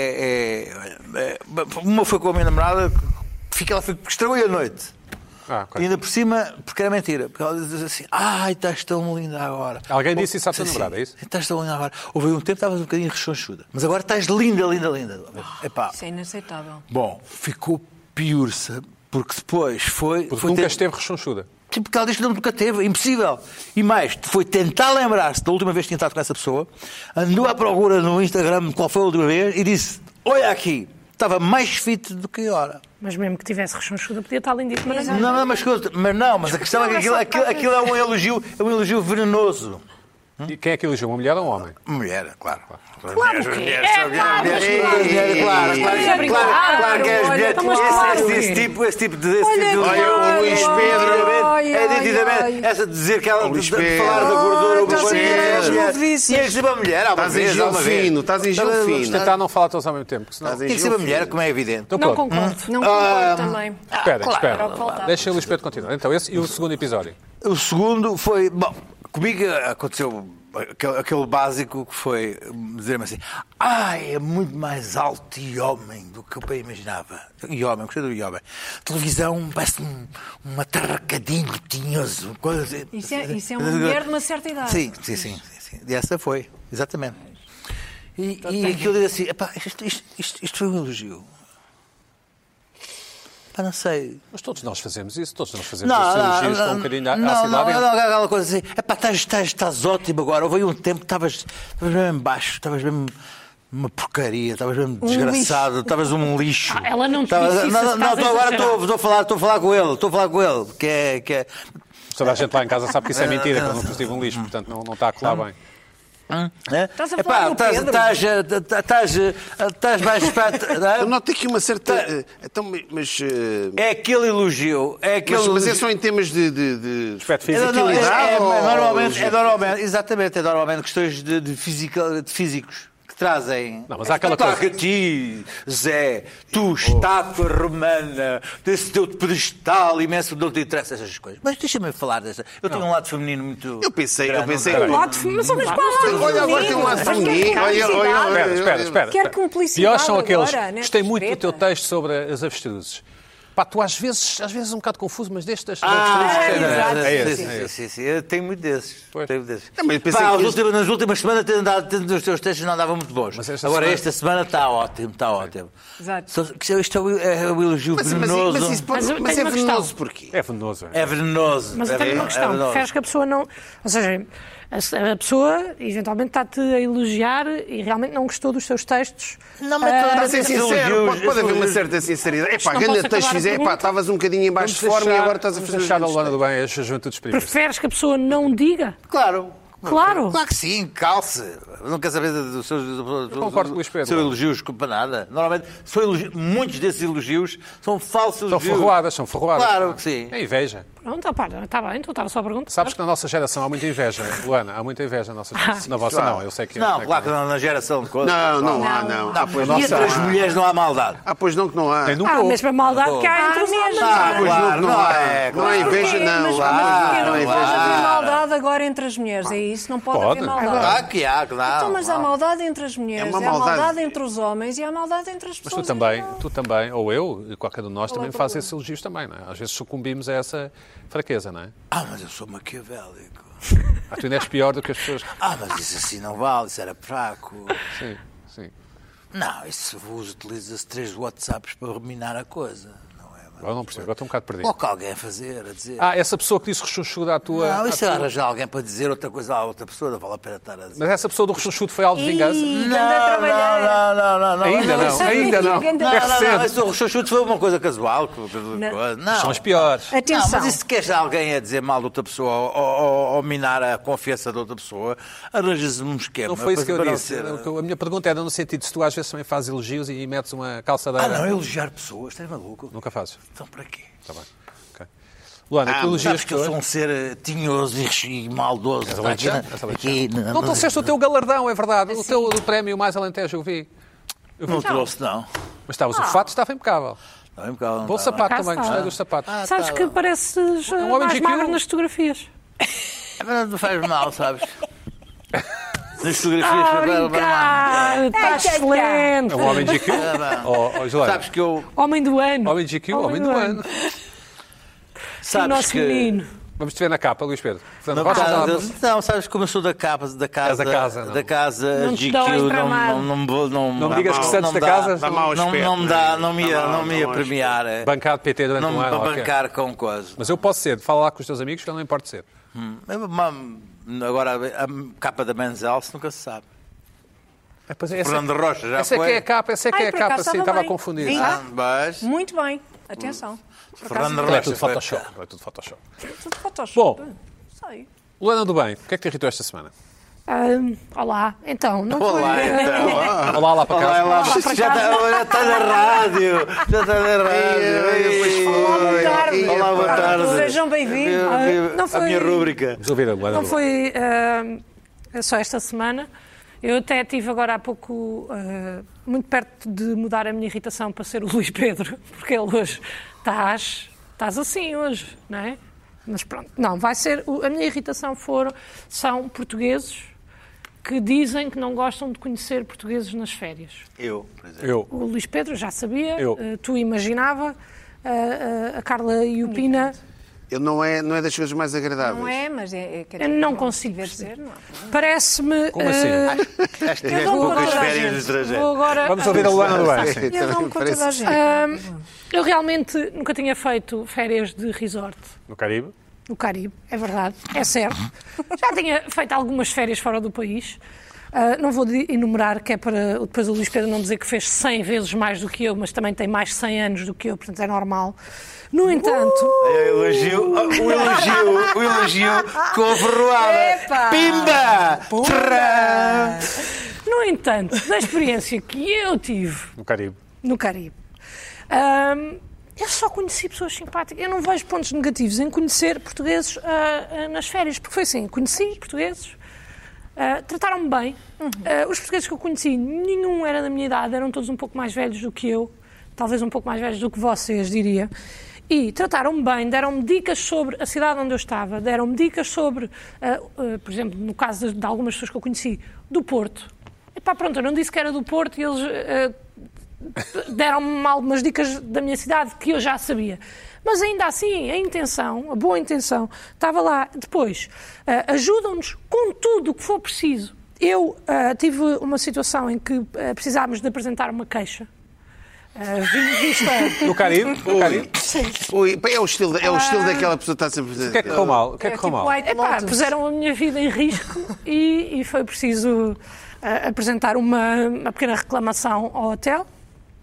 Speaker 4: é- é- Uma foi com a minha namorada, fica ela fica- estragou-lhe a noite.
Speaker 1: Ah,
Speaker 4: E
Speaker 1: ok.
Speaker 4: ainda por cima, porque era mentira, porque ela diz assim: Ai, estás tão linda agora.
Speaker 1: Alguém disse isso à tua
Speaker 4: Sim,
Speaker 1: namorada, é isso?
Speaker 4: Estás tão linda agora. Houve um tempo que estavas um bocadinho rechonchuda, mas agora estás linda, linda, linda. Epá,
Speaker 3: Isso é inaceitável.
Speaker 4: bom, ficou piurça, porque depois foi.
Speaker 1: Porque
Speaker 4: foi
Speaker 1: nunca
Speaker 4: ter-
Speaker 1: esteve rechonchuda.
Speaker 4: Sim, porque ela diz que não nunca teve, é impossível. E mais, foi tentar lembrar-se da última vez que tinha estado com essa pessoa, andou à procura no Instagram qual foi a última vez e disse: Olha aqui, estava mais fit do que agora.
Speaker 5: Mas mesmo que tivesse rechonchuda, podia estar lindíssima na
Speaker 3: Exato.
Speaker 4: Não, não, mas, escuta, mas não, mas a questão é que aquilo, aquilo, aquilo é um elogio, é um elogio venenoso.
Speaker 1: E quem é que elegeu? Uma mulher ou um homem?
Speaker 4: Mulher, claro.
Speaker 5: Claro que é. pá, mas claro.
Speaker 4: Mulher, é, claro, claro, claro, claro, claro que és
Speaker 5: Olha,
Speaker 4: mulher.
Speaker 5: então, mas
Speaker 4: Esse-
Speaker 5: claro
Speaker 4: esse-
Speaker 5: que
Speaker 4: Esse
Speaker 5: é.
Speaker 4: tipo, esse tipo de. esse
Speaker 3: Olha,
Speaker 4: tipo de-
Speaker 3: claro,
Speaker 4: Olha, o Luís
Speaker 2: ai,
Speaker 4: Pedro,
Speaker 3: ai,
Speaker 4: é nitidamente.
Speaker 3: ai.
Speaker 4: Essa de dizer que ela.
Speaker 2: Luís
Speaker 4: de- de
Speaker 2: Pedro.
Speaker 4: falar da gordura,
Speaker 3: Ai,
Speaker 4: o
Speaker 3: estás
Speaker 4: gordura.
Speaker 2: a ver
Speaker 4: é
Speaker 2: as
Speaker 4: mulher.
Speaker 3: novices.
Speaker 4: E é sempre uma mulher, há uma
Speaker 2: Estás em
Speaker 4: vez, há
Speaker 2: gel
Speaker 4: uma vez.
Speaker 2: fino, estás em gel
Speaker 4: Vamos
Speaker 2: fino.
Speaker 4: tentar-
Speaker 1: Tentar não falar todos ao mesmo tempo, que senão...
Speaker 2: Estás em
Speaker 4: Tem que ser uma mulher, como é evidente.
Speaker 1: Então,
Speaker 5: Não
Speaker 1: pronto.
Speaker 5: concordo.
Speaker 3: Não concordo também.
Speaker 1: Ah, Espera,
Speaker 4: Ah,
Speaker 3: Claro,
Speaker 1: espera.
Speaker 3: era o que faltava.
Speaker 1: Deixa o Luís Pedro continuar. Então, esse e o segundo episódio.
Speaker 4: O segundo foi. Bom, comigo aconteceu aquele, aquele básico que foi dizer-me assim: Ai, é muito mais alto e homem do que eu bem imaginava. E homem, gostei do e homem. Televisão parece um, um atarracadinho tinhoso. coisa assim.
Speaker 3: Isso é- isso é uma mulher de uma certa idade.
Speaker 4: Sim, sim, sim. sim, sim. E essa foi, exatamente. E, e aquilo diz assim: "Epá, isto, isto, isto, isto foi um elogio. Pá, não sei.
Speaker 1: Mas todos nós fazemos isso, todos nós fazemos
Speaker 4: Não,
Speaker 1: isso.
Speaker 4: não,
Speaker 1: Elogios
Speaker 4: não,
Speaker 1: com um bocadinho à, à
Speaker 4: não, não,
Speaker 1: cidade.
Speaker 4: não, aquela coisa assim. Epá, estás, estás, estás ótimo agora. Houve aí um tempo que estavas, estavas mesmo baixo, estavas mesmo uma porcaria, estavas mesmo desgraçado, estavas um lixo.
Speaker 5: Ah, ela não te
Speaker 4: Estavas-
Speaker 5: disse isso,
Speaker 4: Não, não,
Speaker 5: estás a
Speaker 4: estou agora
Speaker 5: exagerar.
Speaker 4: estou, estou a falar, estou a falar com ele, estou a falar com ele, que é, que é.
Speaker 1: Toda a gente lá em casa sabe que isso é mentira, que eu nunca estive um lixo, portanto não, não está a colar bem.
Speaker 4: é?
Speaker 3: Estás a
Speaker 4: Epá,
Speaker 3: falar do
Speaker 4: estás-
Speaker 3: Pedro?
Speaker 4: estás, eh, estás, eh, estás mais para. não é?
Speaker 2: Eu noto aqui uma certa. eh, Então, mas. eh,
Speaker 4: É aquele elogio, é aquele.
Speaker 2: Mas, mas é
Speaker 4: elogio.
Speaker 2: só em temas de. de, de...
Speaker 1: Aspecto
Speaker 4: É,
Speaker 1: físico.
Speaker 4: não, é,
Speaker 2: Fisicalidade
Speaker 4: é,
Speaker 2: ou-
Speaker 4: normalmente, é normalmente, exatamente, é normalmente questões de, de, física- de físicos. Que trazem.
Speaker 1: Não, mas há aquela
Speaker 4: Está
Speaker 1: coisa.
Speaker 4: a ti, Zé, tu, estátua romana, desse teu pedestal imenso, não te interessa essas coisas. Mas deixa-me falar dessa. Eu tenho um lado feminino muito.
Speaker 2: Eu pensei- eu
Speaker 4: grande,
Speaker 2: pensei
Speaker 4: não
Speaker 2: que-
Speaker 3: Um
Speaker 4: tenho?
Speaker 3: lado de mas olha qual lado
Speaker 2: Olha, agora
Speaker 3: feminino.
Speaker 2: tem um lado
Speaker 3: Mas quer
Speaker 2: feminino. Olha, olha,
Speaker 3: cumplicidade.
Speaker 2: olha,
Speaker 1: Espera, espera, espera.
Speaker 3: Quer
Speaker 1: espera.
Speaker 3: cumplicidade
Speaker 1: Piores são aqueles.
Speaker 3: agora, né?
Speaker 1: Gostei muito do teu
Speaker 3: Discreta.
Speaker 1: texto sobre eh, as avestruzes. Pá, tu às vezes, às vezes é um bocado confuso, mas deste das
Speaker 4: Ah,
Speaker 1: avestruzes.
Speaker 4: é,
Speaker 1: gostei, não
Speaker 4: exato,
Speaker 1: é? É
Speaker 4: sim,
Speaker 1: esse,
Speaker 4: sim,
Speaker 1: é
Speaker 4: sim,
Speaker 1: esse.
Speaker 4: sim, sim. Eu tenho muito desses.
Speaker 1: Pois.
Speaker 4: Tenho desses.
Speaker 2: Também pensei
Speaker 4: Pá,
Speaker 2: que
Speaker 4: as
Speaker 2: este-
Speaker 4: últimas- nas últimas semanas tem andado, tem- os teus textos não andavam muito bons.
Speaker 1: Mas esta
Speaker 4: Agora
Speaker 1: semana-
Speaker 4: esta semana está ótimo, está ótimo.
Speaker 3: Exato.
Speaker 4: Só que Isto é o- é o elogio
Speaker 2: Mas, mas, mas,
Speaker 4: venenoso.
Speaker 2: isso pode-
Speaker 5: Mas eu
Speaker 2: mas
Speaker 5: tenho
Speaker 2: é
Speaker 5: uma
Speaker 2: venenoso
Speaker 5: questão.
Speaker 2: porquê?
Speaker 1: É venenoso. é?
Speaker 4: É venenoso.
Speaker 5: Mas
Speaker 4: é
Speaker 5: eu tenho uma
Speaker 4: venenoso,
Speaker 5: questão.
Speaker 4: é venenoso.
Speaker 5: Preferes que a pessoa não. Ou seja, a, a pessoa eventualmente está-te a elogiar e realmente não gostou dos seus textos. Ah,
Speaker 4: Não, mas
Speaker 2: Está a
Speaker 4: todas
Speaker 2: ser
Speaker 4: esses
Speaker 2: sincero,
Speaker 4: elogios-
Speaker 2: pode, pode haver uma
Speaker 4: elogios-
Speaker 2: certa sinceridade. É pá,
Speaker 5: não
Speaker 2: grande
Speaker 5: posso
Speaker 2: texto
Speaker 5: acabar a
Speaker 2: fizer, é pá,
Speaker 5: pergunta?
Speaker 2: estavas um bocadinho em baixo de forma e agora estás a
Speaker 1: vamos
Speaker 2: fazer.
Speaker 1: deixar a Luana do Bem, a Juventude Espírita.
Speaker 5: Preferes que a pessoa não diga?
Speaker 4: Claro.
Speaker 5: Claro.
Speaker 4: Claro que sim, calce. Não quer saber dos seus, dos
Speaker 1: concordo com o Luís Pedro.
Speaker 4: seus elogios para nada. Normalmente, são elogi- muitos desses elogios são falsos
Speaker 1: São
Speaker 4: elogios.
Speaker 1: ferroadas, são ferroadas.
Speaker 4: Claro que sim.
Speaker 1: É inveja.
Speaker 5: Pronto, opa, está bem, então estava só a pergunta.
Speaker 1: Sabes que na nossa geração há muita inveja, Luana, há muita inveja na nossa geração. Na vossa não, eu sei que
Speaker 4: Não, Ah. claro que não, na geração de coisas.
Speaker 2: Não, não há,
Speaker 3: Não.
Speaker 2: não.
Speaker 4: Não,
Speaker 2: Ah, pois
Speaker 4: e
Speaker 2: não
Speaker 4: entre as
Speaker 2: há.
Speaker 4: mulheres não há maldade.
Speaker 2: Ah, pois não que não há.
Speaker 1: Tem nunca
Speaker 5: Há a
Speaker 1: houve.
Speaker 5: mesma maldade que há
Speaker 3: Ah,
Speaker 5: entre os
Speaker 3: mas-
Speaker 5: homens.
Speaker 2: Ah, pois não que
Speaker 4: Claro,
Speaker 2: não há.
Speaker 4: claro.
Speaker 2: Não há inveja, não.
Speaker 3: Mas
Speaker 2: Ah,
Speaker 3: como
Speaker 2: não há
Speaker 3: é que não pode
Speaker 2: inveja.
Speaker 3: haver maldade agora entre as mulheres, é isso? Não pode,
Speaker 1: Pode.
Speaker 3: haver maldade.
Speaker 4: Claro Tá ah, que há, claro.
Speaker 3: Então, mas há
Speaker 4: claro.
Speaker 3: maldade entre as mulheres,
Speaker 2: É uma
Speaker 3: há maldade.
Speaker 2: maldade.
Speaker 3: entre os homens e há maldade entre as
Speaker 1: Mas tu
Speaker 3: pessoas.
Speaker 1: também, tu também, ou eu, e qualquer um de nós,
Speaker 3: Qual é
Speaker 1: também
Speaker 3: o
Speaker 1: faz
Speaker 3: problema?
Speaker 1: esses elogios também, não é? Às vezes sucumbimos a essa fraqueza, não é?
Speaker 4: Ah, mas eu sou maquiavélico.
Speaker 1: Ah, tu ainda és pior do que as pessoas. que-
Speaker 4: Ah, mas isso assim não vale, isso era fraco.
Speaker 1: Sim, sim.
Speaker 4: Não, isso vos utiliza-se três WhatsApps para reminar a coisa. Não é?
Speaker 1: Agora não percebo, agora estou um bocado perdido.
Speaker 4: Ou que alguém a fazer, a dizer.
Speaker 1: Ah, essa pessoa que disse rechonchuda à tua.
Speaker 4: Não,
Speaker 1: à
Speaker 4: isso é arranjar alguém para dizer outra coisa à outra pessoa, não vale a pena estar a dizer.
Speaker 1: Mas essa pessoa do rechonchudo foi algo de vingança?
Speaker 3: Ih,
Speaker 4: Não,
Speaker 3: ganda trabalheira.
Speaker 4: não, não, não, não.
Speaker 1: Ainda não,
Speaker 4: isso-
Speaker 1: ainda não.
Speaker 3: Não,
Speaker 4: Não,
Speaker 1: É
Speaker 4: não, não,
Speaker 1: recente.
Speaker 4: isso do rechonchudo foi uma coisa casual. que- que- coisa- Não.
Speaker 1: São as piores.
Speaker 4: Não,
Speaker 3: Atenção.
Speaker 4: mas e se queres alguém a dizer mal de outra pessoa ou, ou- ou minar a confiança de outra pessoa, arranjas-me um esquema.
Speaker 1: Não foi isso que
Speaker 4: para-
Speaker 1: eu
Speaker 4: para
Speaker 1: disse.
Speaker 4: não é? ser-
Speaker 1: O que eu- A minha pergunta era no sentido se tu às vezes também fazes elogios e metes uma
Speaker 4: Ah,
Speaker 1: calçadeira.
Speaker 4: não, elogiar pessoas, estás maluco?
Speaker 1: Nunca fazes.
Speaker 4: Então para quê?
Speaker 1: Está bem. Ok. Luana,
Speaker 2: Ah,
Speaker 1: tu
Speaker 2: mas
Speaker 1: elogias
Speaker 4: Sabes que eu
Speaker 1: pessoas.
Speaker 4: sou um ser eh, tinhoso e e maldoso.
Speaker 1: És
Speaker 4: Está aqui,
Speaker 1: alentejano? És
Speaker 4: na- aqui, na-
Speaker 1: Não Então trouxeste o teu galardão, é verdade. O teu o prémio mais alentejo, eu vi.
Speaker 4: Não trouxe, não.
Speaker 1: Mas estavas, o fato estava impecável.
Speaker 4: Não, é um bocado-
Speaker 1: Bom
Speaker 4: não,
Speaker 1: sapato
Speaker 5: Cá
Speaker 1: também,
Speaker 5: está. Ah.
Speaker 1: gostei dos sapatos.
Speaker 5: Sabes que pareces
Speaker 1: Ah, tá um
Speaker 5: uh,
Speaker 1: homem
Speaker 5: mais
Speaker 1: GQ.
Speaker 5: magro nas fotografias.
Speaker 4: Mas não faz mal, sabes? Nas fotografias
Speaker 5: Ah,
Speaker 4: para
Speaker 5: brincar!
Speaker 4: É,
Speaker 5: Está
Speaker 3: Ai, ai, ai.
Speaker 5: excelente!
Speaker 1: É um homem GQ? Oh, oh, Joana.
Speaker 4: Sabes que eu.
Speaker 5: Homem do ano!
Speaker 1: Homem GQ, homem do ano.
Speaker 5: O
Speaker 4: Sabes
Speaker 5: nosso
Speaker 4: que.
Speaker 5: menino.
Speaker 1: Vamos te ver na capa, Luís Pedro. Fernando
Speaker 4: Não, tá,
Speaker 1: Rocha,
Speaker 4: não,
Speaker 1: não.
Speaker 4: não, sabes como eu sou da capa, da casa,
Speaker 1: É da casa, não.
Speaker 4: da casa
Speaker 5: Não te
Speaker 4: GQ,
Speaker 5: dão
Speaker 4: não,
Speaker 5: entramado.
Speaker 4: não, não, me vou- não,
Speaker 1: Não me digas que
Speaker 4: não-
Speaker 1: Santos
Speaker 4: não me
Speaker 1: da
Speaker 4: dá-
Speaker 1: casa-
Speaker 2: Dá mau
Speaker 4: Não,
Speaker 2: aspecto,
Speaker 4: não
Speaker 1: né?
Speaker 4: me dá,
Speaker 2: é?
Speaker 4: não me
Speaker 2: Dá
Speaker 4: ia,
Speaker 2: mau-
Speaker 4: não me ia
Speaker 2: dá mau
Speaker 4: premiar. eh.
Speaker 1: Bancado PT durante
Speaker 4: Não
Speaker 1: um
Speaker 4: me
Speaker 1: ano.
Speaker 4: para
Speaker 1: ok.
Speaker 4: bancar com coisa.
Speaker 1: Mas eu posso ser, fala lá com os teus amigos que eu não importo ser.
Speaker 4: Mas, mam, Agora, a capa da Men's Health nunca se sabe.
Speaker 1: É, pois é, Essa,
Speaker 4: Fernando Rocha já
Speaker 1: essa é
Speaker 4: foi.
Speaker 1: que é a capa, essa é que
Speaker 3: Ai,
Speaker 1: é a
Speaker 3: por
Speaker 1: capa,
Speaker 3: acaso
Speaker 1: sim,
Speaker 3: estava
Speaker 1: estava a
Speaker 3: bem.
Speaker 1: confundir.
Speaker 3: Vim.
Speaker 4: Ah, mas...
Speaker 3: Muito bem, atenção. Hum, Por acaso,
Speaker 4: Fernando
Speaker 1: É
Speaker 4: Rocha
Speaker 1: tudo
Speaker 4: foi-
Speaker 1: Photoshop. É tudo Photoshop.
Speaker 3: tudo Photoshop.
Speaker 1: Bom.
Speaker 3: Sei.
Speaker 1: Luana do Bem, o que é que te irritou esta semana?
Speaker 5: Ah, olá, então, não foi.
Speaker 4: Olá, então.
Speaker 1: Olá lá para
Speaker 4: Olá,
Speaker 1: casa.
Speaker 4: olá, já está já tá na rádio. Já está na rádio.
Speaker 2: Ei, pois foi.
Speaker 3: Boa tarde.
Speaker 2: Ei,
Speaker 4: Olá, boa
Speaker 2: pá.
Speaker 4: tarde.
Speaker 3: Sejam bem-vindos.
Speaker 4: A minha-
Speaker 5: não
Speaker 4: A
Speaker 5: foi-
Speaker 4: minha rúbrica.
Speaker 1: Vamos ouvir a Luana
Speaker 5: Não
Speaker 1: do Bem.
Speaker 5: Então foi ah, só esta semana. Eu até tive agora há pouco ah, muito perto de mudar a minha irritação para ser o Luís Pedro, porque ele hoje estás, estás assim hoje, não é? Mas pronto, não, vai ser. o- A minha irritação foram, são portugueses que dizem que não gostam de conhecer portugueses nas férias.
Speaker 4: Eu, por exemplo.
Speaker 1: Eu.
Speaker 5: O Luís Pedro já sabia,
Speaker 1: Eu.
Speaker 5: eh, tu imaginava, eh, eh, a Carla e o Pina
Speaker 2: Ele não é, não é das coisas mais agradáveis.
Speaker 3: Não é, mas é. é quer
Speaker 5: eu
Speaker 3: dizer,
Speaker 5: não consigo
Speaker 3: tiver de
Speaker 5: perceber.
Speaker 3: ser, não. é?
Speaker 5: Parece-me.
Speaker 1: Como assim? é
Speaker 5: eh,
Speaker 3: Eu dou-me
Speaker 5: vou
Speaker 3: conta
Speaker 5: agora-
Speaker 3: da
Speaker 2: férias
Speaker 3: gente.
Speaker 2: de estrangeiro.
Speaker 5: vou agora-
Speaker 1: Vamos ouvir a Luana do Bem. sim.
Speaker 3: Eu dou-me conta da gente.
Speaker 5: Ahm, eu realmente nunca tinha feito férias de resort
Speaker 1: No Caribe.
Speaker 5: no Caribe, é verdade, é certo. Já tinha feito algumas férias fora do país. Ah, não vou de- enumerar, que é para depois o Luís Pedro não dizer que fez 100 vezes mais do que eu, mas também tem mais 100 anos do que eu, portanto é normal. No entanto.
Speaker 4: Eu É elogio, o elogio, o elogio com a ferroada.
Speaker 3: Epa!
Speaker 4: Pimba! Trá!
Speaker 5: No entanto, da experiência que eu tive
Speaker 1: No Caribe.
Speaker 5: no Caribe, ahm, eu só conheci pessoas simpáticas. Eu não vejo pontos negativos em conhecer portugueses ah, ah, nas férias, porque foi assim: conheci portugueses, Uh, Trataram-me bem. Uh, os portugueses que eu conheci, nenhum era da minha idade, eram todos um pouco mais velhos do que eu, talvez um pouco mais velhos do que vocês, diria. E trataram-me bem, deram-me dicas sobre a cidade onde eu estava, deram-me dicas sobre, uh, uh, por exemplo, no caso de, de algumas pessoas que eu conheci, do Porto. E pá, pronto, eu não disse que era do Porto e eles ah, uh, deram-me algumas dicas da minha cidade que eu já sabia. Mas ainda assim, a intenção, a boa intenção, estava lá. Depois, uh, ajudam-nos com tudo o que for preciso. Eu uh, tive uma situação em que uh, precisámos de apresentar uma queixa. Uh, vim vista-
Speaker 1: No Caribe? No Caribe?
Speaker 2: Ui, pá, é o estilo, da- é o
Speaker 5: Ah.
Speaker 2: estilo daquela pessoa que está sempre
Speaker 1: O que é que correu mal? O que é que
Speaker 3: É
Speaker 1: correu
Speaker 3: tipo
Speaker 1: mal?
Speaker 3: White
Speaker 5: Epá,
Speaker 3: Lotus.
Speaker 5: puseram a minha vida em risco e, e foi preciso ah, apresentar uma, uma pequena reclamação ao hotel.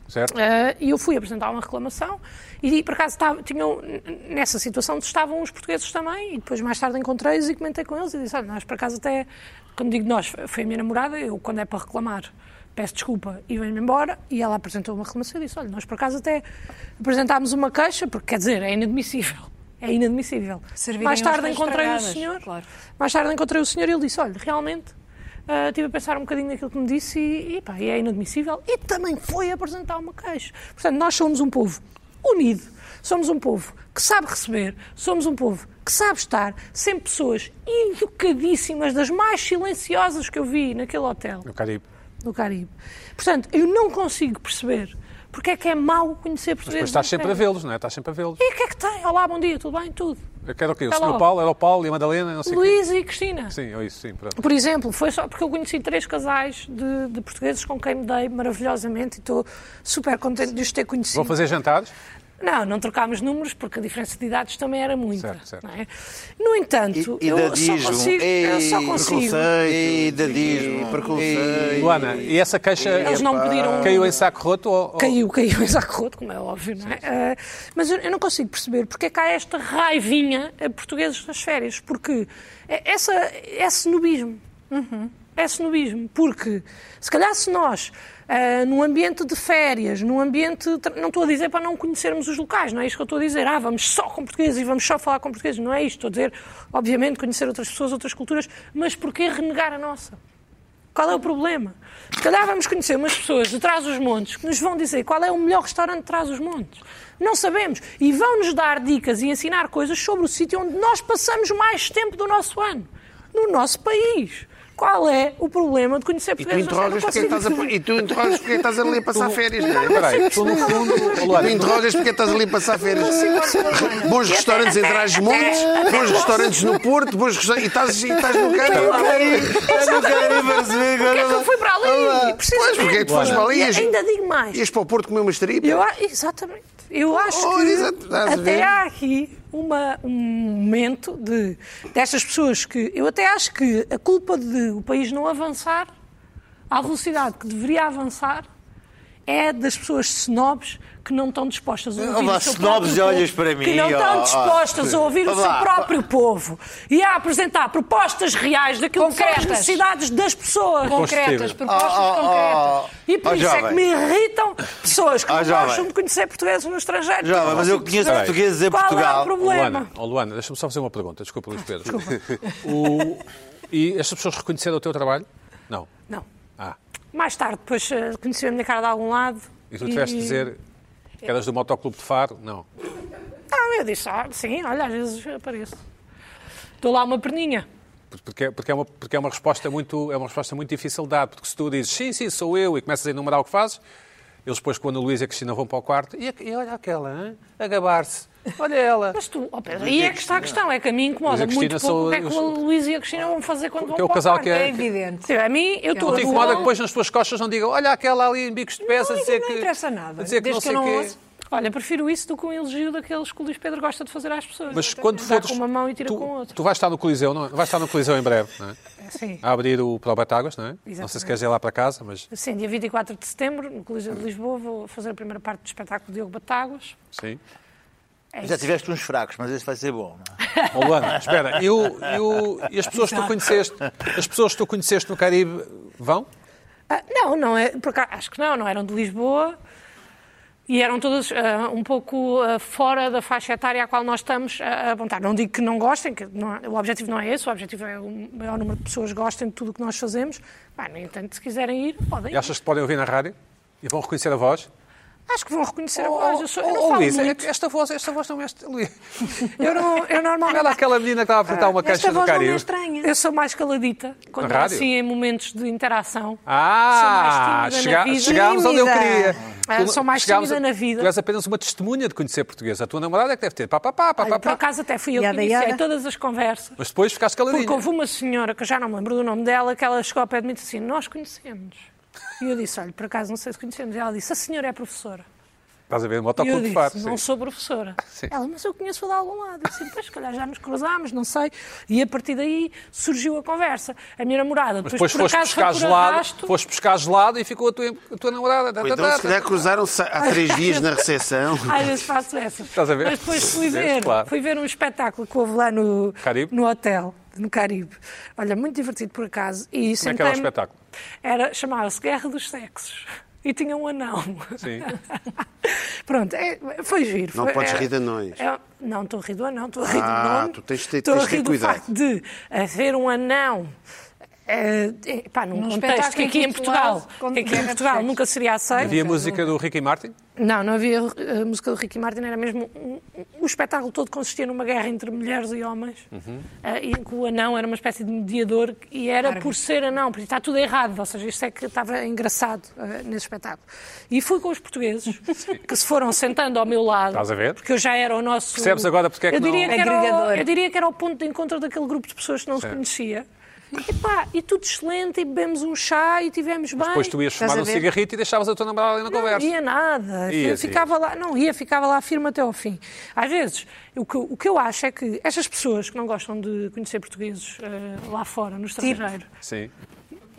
Speaker 1: Certo?
Speaker 5: Ah, e eu fui apresentar uma reclamação e, por acaso, estava- tinham, n- nessa situação estavam os portugueses também e depois mais tarde encontrei-os e comentei com eles e disse, olha, nós por acaso até, quando digo nós, foi a minha namorada, eu quando é para reclamar peço desculpa e venho-me embora e ela apresentou uma reclamação e disse, olha, nós por acaso até apresentámos uma queixa, porque quer dizer, é inadmissível. É inadmissível.
Speaker 3: Servirem
Speaker 5: mais
Speaker 3: uns
Speaker 5: tarde
Speaker 3: bens
Speaker 5: encontrei o
Speaker 3: estragadas,
Speaker 5: senhor,
Speaker 3: claro.
Speaker 5: mais tarde encontrei o senhor e ele disse, olha, realmente ah, estive a pensar um bocadinho naquilo que me disse e, e, pá, e é inadmissível. E também foi apresentar uma queixa. Portanto, nós somos um povo unido, somos um povo que sabe receber, somos um povo que sabe estar, sem pessoas educadíssimas, das mais silenciosas que eu vi naquele hotel
Speaker 1: No Caribe.
Speaker 5: no Caribe. Portanto, eu não consigo perceber porque é que é mau conhecer
Speaker 1: Mas
Speaker 5: portugueses.
Speaker 1: depois estás sempre a
Speaker 5: diferentes.
Speaker 1: vê-los, não é? Estás sempre a vê-los.
Speaker 5: E o que é que tem? Olá, bom dia, tudo bem? Tudo.
Speaker 1: Eu quero o quê? O
Speaker 5: Tá
Speaker 1: Sr.
Speaker 5: lá.
Speaker 1: Paulo, era o Paulo e a Madalena, não sei o quê.
Speaker 5: Luísa e Cristina.
Speaker 1: Sim, ou isso, sim, pronto.
Speaker 5: Por exemplo, foi só porque eu conheci três casais de, de portugueses com quem me dei maravilhosamente e estou super contente de os ter conhecido.
Speaker 1: Vão fazer jantares?
Speaker 5: Não, não trocámos números porque a diferença de idades também era muita.
Speaker 1: Certo, certo.
Speaker 5: não é? No entanto,
Speaker 4: E- e
Speaker 5: eu, só
Speaker 4: dadismo.
Speaker 5: consigo, eu só
Speaker 4: Ei,
Speaker 5: consigo.
Speaker 4: E dadismo.
Speaker 2: preconceito.
Speaker 1: Luana, e essa queixa é
Speaker 5: Eles não pediram. um
Speaker 1: caiu em saco roto ou... ou-
Speaker 5: Caiu, caiu em saco roto, como é óbvio, não é? Ah, mas eu, eu não consigo perceber porque é que há esta raivinha a portugueses nas férias, porque é- essa, é snobismo. É snobismo, porque se calhar se nós, ah, num ambiente de férias, num ambiente. tra- Não estou a dizer para não conhecermos os locais, não é isto que eu estou a dizer. Ah, vamos só com portugueses e vamos só falar com portugueses, não é isto. Estou a dizer, obviamente, conhecer outras pessoas, outras culturas, mas porquê renegar a nossa? Qual é o problema? Se calhar vamos conhecer umas pessoas de trás os montes que nos vão dizer qual é o melhor restaurante de trás os montes. Não sabemos. E vão-nos dar dicas e ensinar coisas sobre o sítio onde nós passamos mais tempo do nosso ano. No nosso país. Qual é o problema de conhecer
Speaker 2: E tu
Speaker 5: portugueses? Eu não
Speaker 2: interrogas porque é que
Speaker 5: consigo
Speaker 2: estás a, e tu interrogas porque é que estás ali a passar férias, não é?
Speaker 1: Espera aí, tu no fundo... oh,
Speaker 2: Tu
Speaker 1: Luana,
Speaker 2: interrogas porque é que estás ali a passar férias. Bons restaurantes em Trás-os-Montes, bons restaurantes no Porto, bons restaurantes... E estás, e estás no Caribe.
Speaker 4: Eu não quero ir perceber
Speaker 5: Porquê é que eu
Speaker 4: agora.
Speaker 5: fui para ali? Preciso
Speaker 2: Pois, porque é que tu foste para ali?
Speaker 5: E ainda digo mais.
Speaker 2: Ias para o Porto comer umas tripas.
Speaker 5: Eu, a- exatamente. Eu acho
Speaker 2: oh,
Speaker 5: que
Speaker 2: exato, estás a ver?
Speaker 5: até há aqui uma- um momento de, destas pessoas que. Eu até acho que a culpa de o país não avançar à velocidade que deveria avançar é das pessoas snobs que não estão dispostas a ouvir
Speaker 4: Olá,
Speaker 5: o seu
Speaker 4: snobs,
Speaker 5: próprio
Speaker 4: e olhas
Speaker 5: povo,
Speaker 4: para mim,
Speaker 5: que não
Speaker 4: ó,
Speaker 5: estão
Speaker 4: ó,
Speaker 5: dispostas a ouvir o
Speaker 4: Olá.
Speaker 5: seu próprio povo e a apresentar propostas reais daquilo que são as
Speaker 3: Concretas.
Speaker 5: necessidades das pessoas.
Speaker 3: Concretas,
Speaker 1: Construtiva.
Speaker 3: propostas concretas.
Speaker 5: E por
Speaker 4: Ó,
Speaker 5: isso é que
Speaker 4: jovem.
Speaker 5: me irritam pessoas que
Speaker 4: Ó,
Speaker 5: não
Speaker 4: jovem.
Speaker 5: gostam de conhecer portugueses no estrangeiro.
Speaker 4: Jovem, mas eu conheço
Speaker 1: Espera aí.
Speaker 4: portugueses em
Speaker 5: Qual é o
Speaker 4: Portugal.
Speaker 1: oh,
Speaker 5: problema?
Speaker 1: Luana, oh, Luana deixa-me só fazer uma pergunta. Desculpa, Luís Pedro. O- E estas pessoas reconheceram o teu trabalho? Não.
Speaker 5: Não.
Speaker 1: Ah,
Speaker 5: Mais tarde, depois eh, conheci a minha cara de algum lado.
Speaker 1: e tu tiveste de dizer que eras do motoclube de Faro? Não.
Speaker 5: Não, eu disse, ah, sim, olha, às vezes apareço. Dou lá uma perninha.
Speaker 1: Porque, porque, é uma, porque é uma resposta muito é uma resposta muito difícil de dar, porque se tu dizes sim, sim, sou eu e começas a enumerar o que fazes, eles depois quando o Luís e a Cristina vão para o quarto e, a- e olha aquela, hein? a gabar-se, olha ela.
Speaker 5: Mas tu, ó Pedro, e é que está a questão, é que a mim
Speaker 1: Luísa
Speaker 5: incomoda
Speaker 1: e
Speaker 5: muito
Speaker 1: Cristina
Speaker 5: pouco o que é que
Speaker 1: são
Speaker 5: o Luís e a Cristina vão fazer quando vão
Speaker 1: é o
Speaker 5: para
Speaker 1: casal que
Speaker 5: quarto.
Speaker 3: É evidente.
Speaker 5: Sim, A mim, eu estou
Speaker 1: Não
Speaker 5: a
Speaker 1: te incomoda que depois nas tuas costas não digam olha aquela ali em bicos de pés a
Speaker 3: Não,
Speaker 1: dizer
Speaker 3: não
Speaker 1: que...
Speaker 3: interessa nada,
Speaker 1: a dizer que
Speaker 3: desde que eu
Speaker 1: não
Speaker 3: não
Speaker 1: sei o quê.
Speaker 3: ouço.
Speaker 5: Olha, prefiro isso do que um elogio daqueles que o Luís Pedro gosta de fazer às pessoas.
Speaker 1: Mas quando
Speaker 5: Dá
Speaker 1: fores...
Speaker 5: com uma mão e tira
Speaker 1: tu,
Speaker 5: com a outra. assim.
Speaker 1: Tu vais estar no Coliseu, não é? Vais estar no Coliseu em breve, não é?
Speaker 5: Sim.
Speaker 1: A abrir o Probatáguas, não é? Não sei se
Speaker 5: Exatamente.
Speaker 1: queres ir lá para casa, mas...
Speaker 5: Sim, dia 24 de setembro, no Coliseu de Lisboa, vou fazer a primeira parte do espetáculo de Diogo Batáguas.
Speaker 1: Sim.
Speaker 4: Já tiveste uns fracos, mas este vai ser bom. não é?
Speaker 1: Oh, Luana, espera, e, o- e o- e as pessoas que tu conheceste, as pessoas que tu conheceste no Caribe vão?
Speaker 5: Ah, não, não é, por acaso, acho que não, não eram de Lisboa. E eram todas ah, um pouco ah, fora da faixa etária à qual nós estamos a a apontar. Não digo que não gostem, que não é- o objetivo não é esse, o objetivo é o maior número de pessoas gostem de tudo o que nós fazemos. Pá, no entanto, se quiserem ir, podem
Speaker 1: E
Speaker 5: ir.
Speaker 1: achas que podem ouvir na rádio? E vão reconhecer a voz?
Speaker 5: Acho que vão reconhecer a voz. Eu, sou, eu não
Speaker 1: Oh, oh,
Speaker 5: falo
Speaker 1: Luís,
Speaker 5: muito.
Speaker 1: esta voz, esta voz não me é esta- Luís. é-
Speaker 5: Eu, não, eu normalmente.
Speaker 1: Olha lá aquela menina que estava a apresentar
Speaker 5: Ah,
Speaker 1: uma
Speaker 3: Esta
Speaker 1: caixa do
Speaker 3: voz não
Speaker 1: Caribe.
Speaker 3: é estranha.
Speaker 5: Eu sou mais caladita, quando
Speaker 1: Na rádio?
Speaker 5: assim em momentos de interação.
Speaker 1: Ah,
Speaker 5: sou mais tímida
Speaker 1: chega-
Speaker 5: na vida.
Speaker 1: chegámos onde eu
Speaker 3: Tímida.
Speaker 1: queria.
Speaker 5: Ah,
Speaker 1: Tu-
Speaker 5: sou mais
Speaker 1: chegámos
Speaker 5: tímida
Speaker 1: a-
Speaker 5: na vida.
Speaker 1: Tu és apenas uma testemunha de conhecer português. A tua namorada é que deve ter. Pá, pá, pá, pá, pá,
Speaker 5: Por
Speaker 1: pá.
Speaker 5: acaso até fui eu
Speaker 3: Yada,
Speaker 5: que iniciei
Speaker 3: yada.
Speaker 5: todas as conversas.
Speaker 1: Mas depois ficaste caladinha.
Speaker 5: Porque houve uma senhora, que eu já não me lembro do nome dela, que ela chegou ao pé de mim e disse assim, nós conhecemos. E eu disse, olha, por acaso não sei se conhecemos. E ela disse, a senhora é professora.
Speaker 1: Estás a ver?
Speaker 5: E eu
Speaker 1: Motoclube de
Speaker 5: disse,
Speaker 1: fato.
Speaker 5: não
Speaker 1: sim.
Speaker 5: sou professora.
Speaker 1: Sim.
Speaker 5: Ela, mas eu conheço-a de algum lado. Eu disse, pois, se calhar já nos cruzámos, não sei. E a partir daí surgiu a conversa. A minha namorada,
Speaker 1: Mas depois
Speaker 5: depois, por
Speaker 1: foste
Speaker 5: acaso foi
Speaker 1: buscar,
Speaker 5: por
Speaker 1: gelado,
Speaker 5: arrasto,
Speaker 1: foste buscar gelado e ficou a tua, a tua namorada.
Speaker 2: Ou então, se calhar, cruzaram-se há três dias na recepção.
Speaker 5: Às vezes faço essas.
Speaker 1: Estás a ver?
Speaker 5: Mas depois fui
Speaker 1: Vês,
Speaker 5: ver,
Speaker 1: claro.
Speaker 5: fui ver um espetáculo que houve lá no,
Speaker 1: Caribe?
Speaker 5: no hotel, no Caribe. Olha, muito divertido por acaso. E
Speaker 1: Como é que era o espetáculo?
Speaker 5: Era, chamava-se Guerra dos Sexos. E tinha um anão.
Speaker 1: Sim.
Speaker 5: Pronto, é- foi giro.
Speaker 2: Não
Speaker 5: foi-
Speaker 2: podes
Speaker 5: é-
Speaker 2: rir de anões.
Speaker 5: é- não, estou a rir do anão, estou a rir do
Speaker 2: Ah,
Speaker 5: nome.
Speaker 2: tu tens de ter-
Speaker 5: estou a
Speaker 2: tens de ter
Speaker 5: rir do
Speaker 2: cuidado.
Speaker 5: facto de haver um anão. eh, eh, pá, num,
Speaker 3: Num
Speaker 5: contexto que
Speaker 3: espetáculo
Speaker 5: aqui em
Speaker 3: intitulado
Speaker 5: Portugal,
Speaker 3: Con-
Speaker 5: que aqui em
Speaker 3: Guerra dos
Speaker 5: Portugal
Speaker 3: Sexos.
Speaker 5: nunca seria aceito.
Speaker 1: Havia música do Ricky Martin?
Speaker 5: Não, não havia eh, a música do Ricky Martin, era mesmo. um- um- o espetáculo todo consistia numa guerra entre mulheres e homens,
Speaker 1: Uhum.
Speaker 5: eh, e em que o anão era uma espécie de mediador, e era por ser anão, porque está tudo errado, ou seja, isto é que estava engraçado eh, nesse espetáculo. E fui com os portugueses, que se foram sentando ao meu lado.
Speaker 1: Estás a ver?
Speaker 5: Porque eu já era o nosso.
Speaker 1: Percebes agora porque é que
Speaker 5: eu diria
Speaker 1: não-
Speaker 5: Que era o,
Speaker 3: Agregador.
Speaker 5: eu diria que era o ponto de encontro daquele grupo de pessoas que não se
Speaker 1: Certo.
Speaker 5: conhecia. E pá, e tudo excelente, e bebemos um chá, e tivemos bem.
Speaker 1: Depois tu ias
Speaker 3: Estás
Speaker 1: fumar
Speaker 3: a
Speaker 1: um
Speaker 3: ver?
Speaker 1: cigarrito e deixavas a tua namorada ali na conversa.
Speaker 5: Não ia nada.
Speaker 1: Ia,
Speaker 5: eu ficava lá, não ia, ficava lá firme até ao fim. Às vezes, o que, o que eu acho é que estas pessoas que não gostam de conhecer portugueses eh, lá fora, no
Speaker 3: Tipo?
Speaker 5: estrangeiro,
Speaker 1: Sim.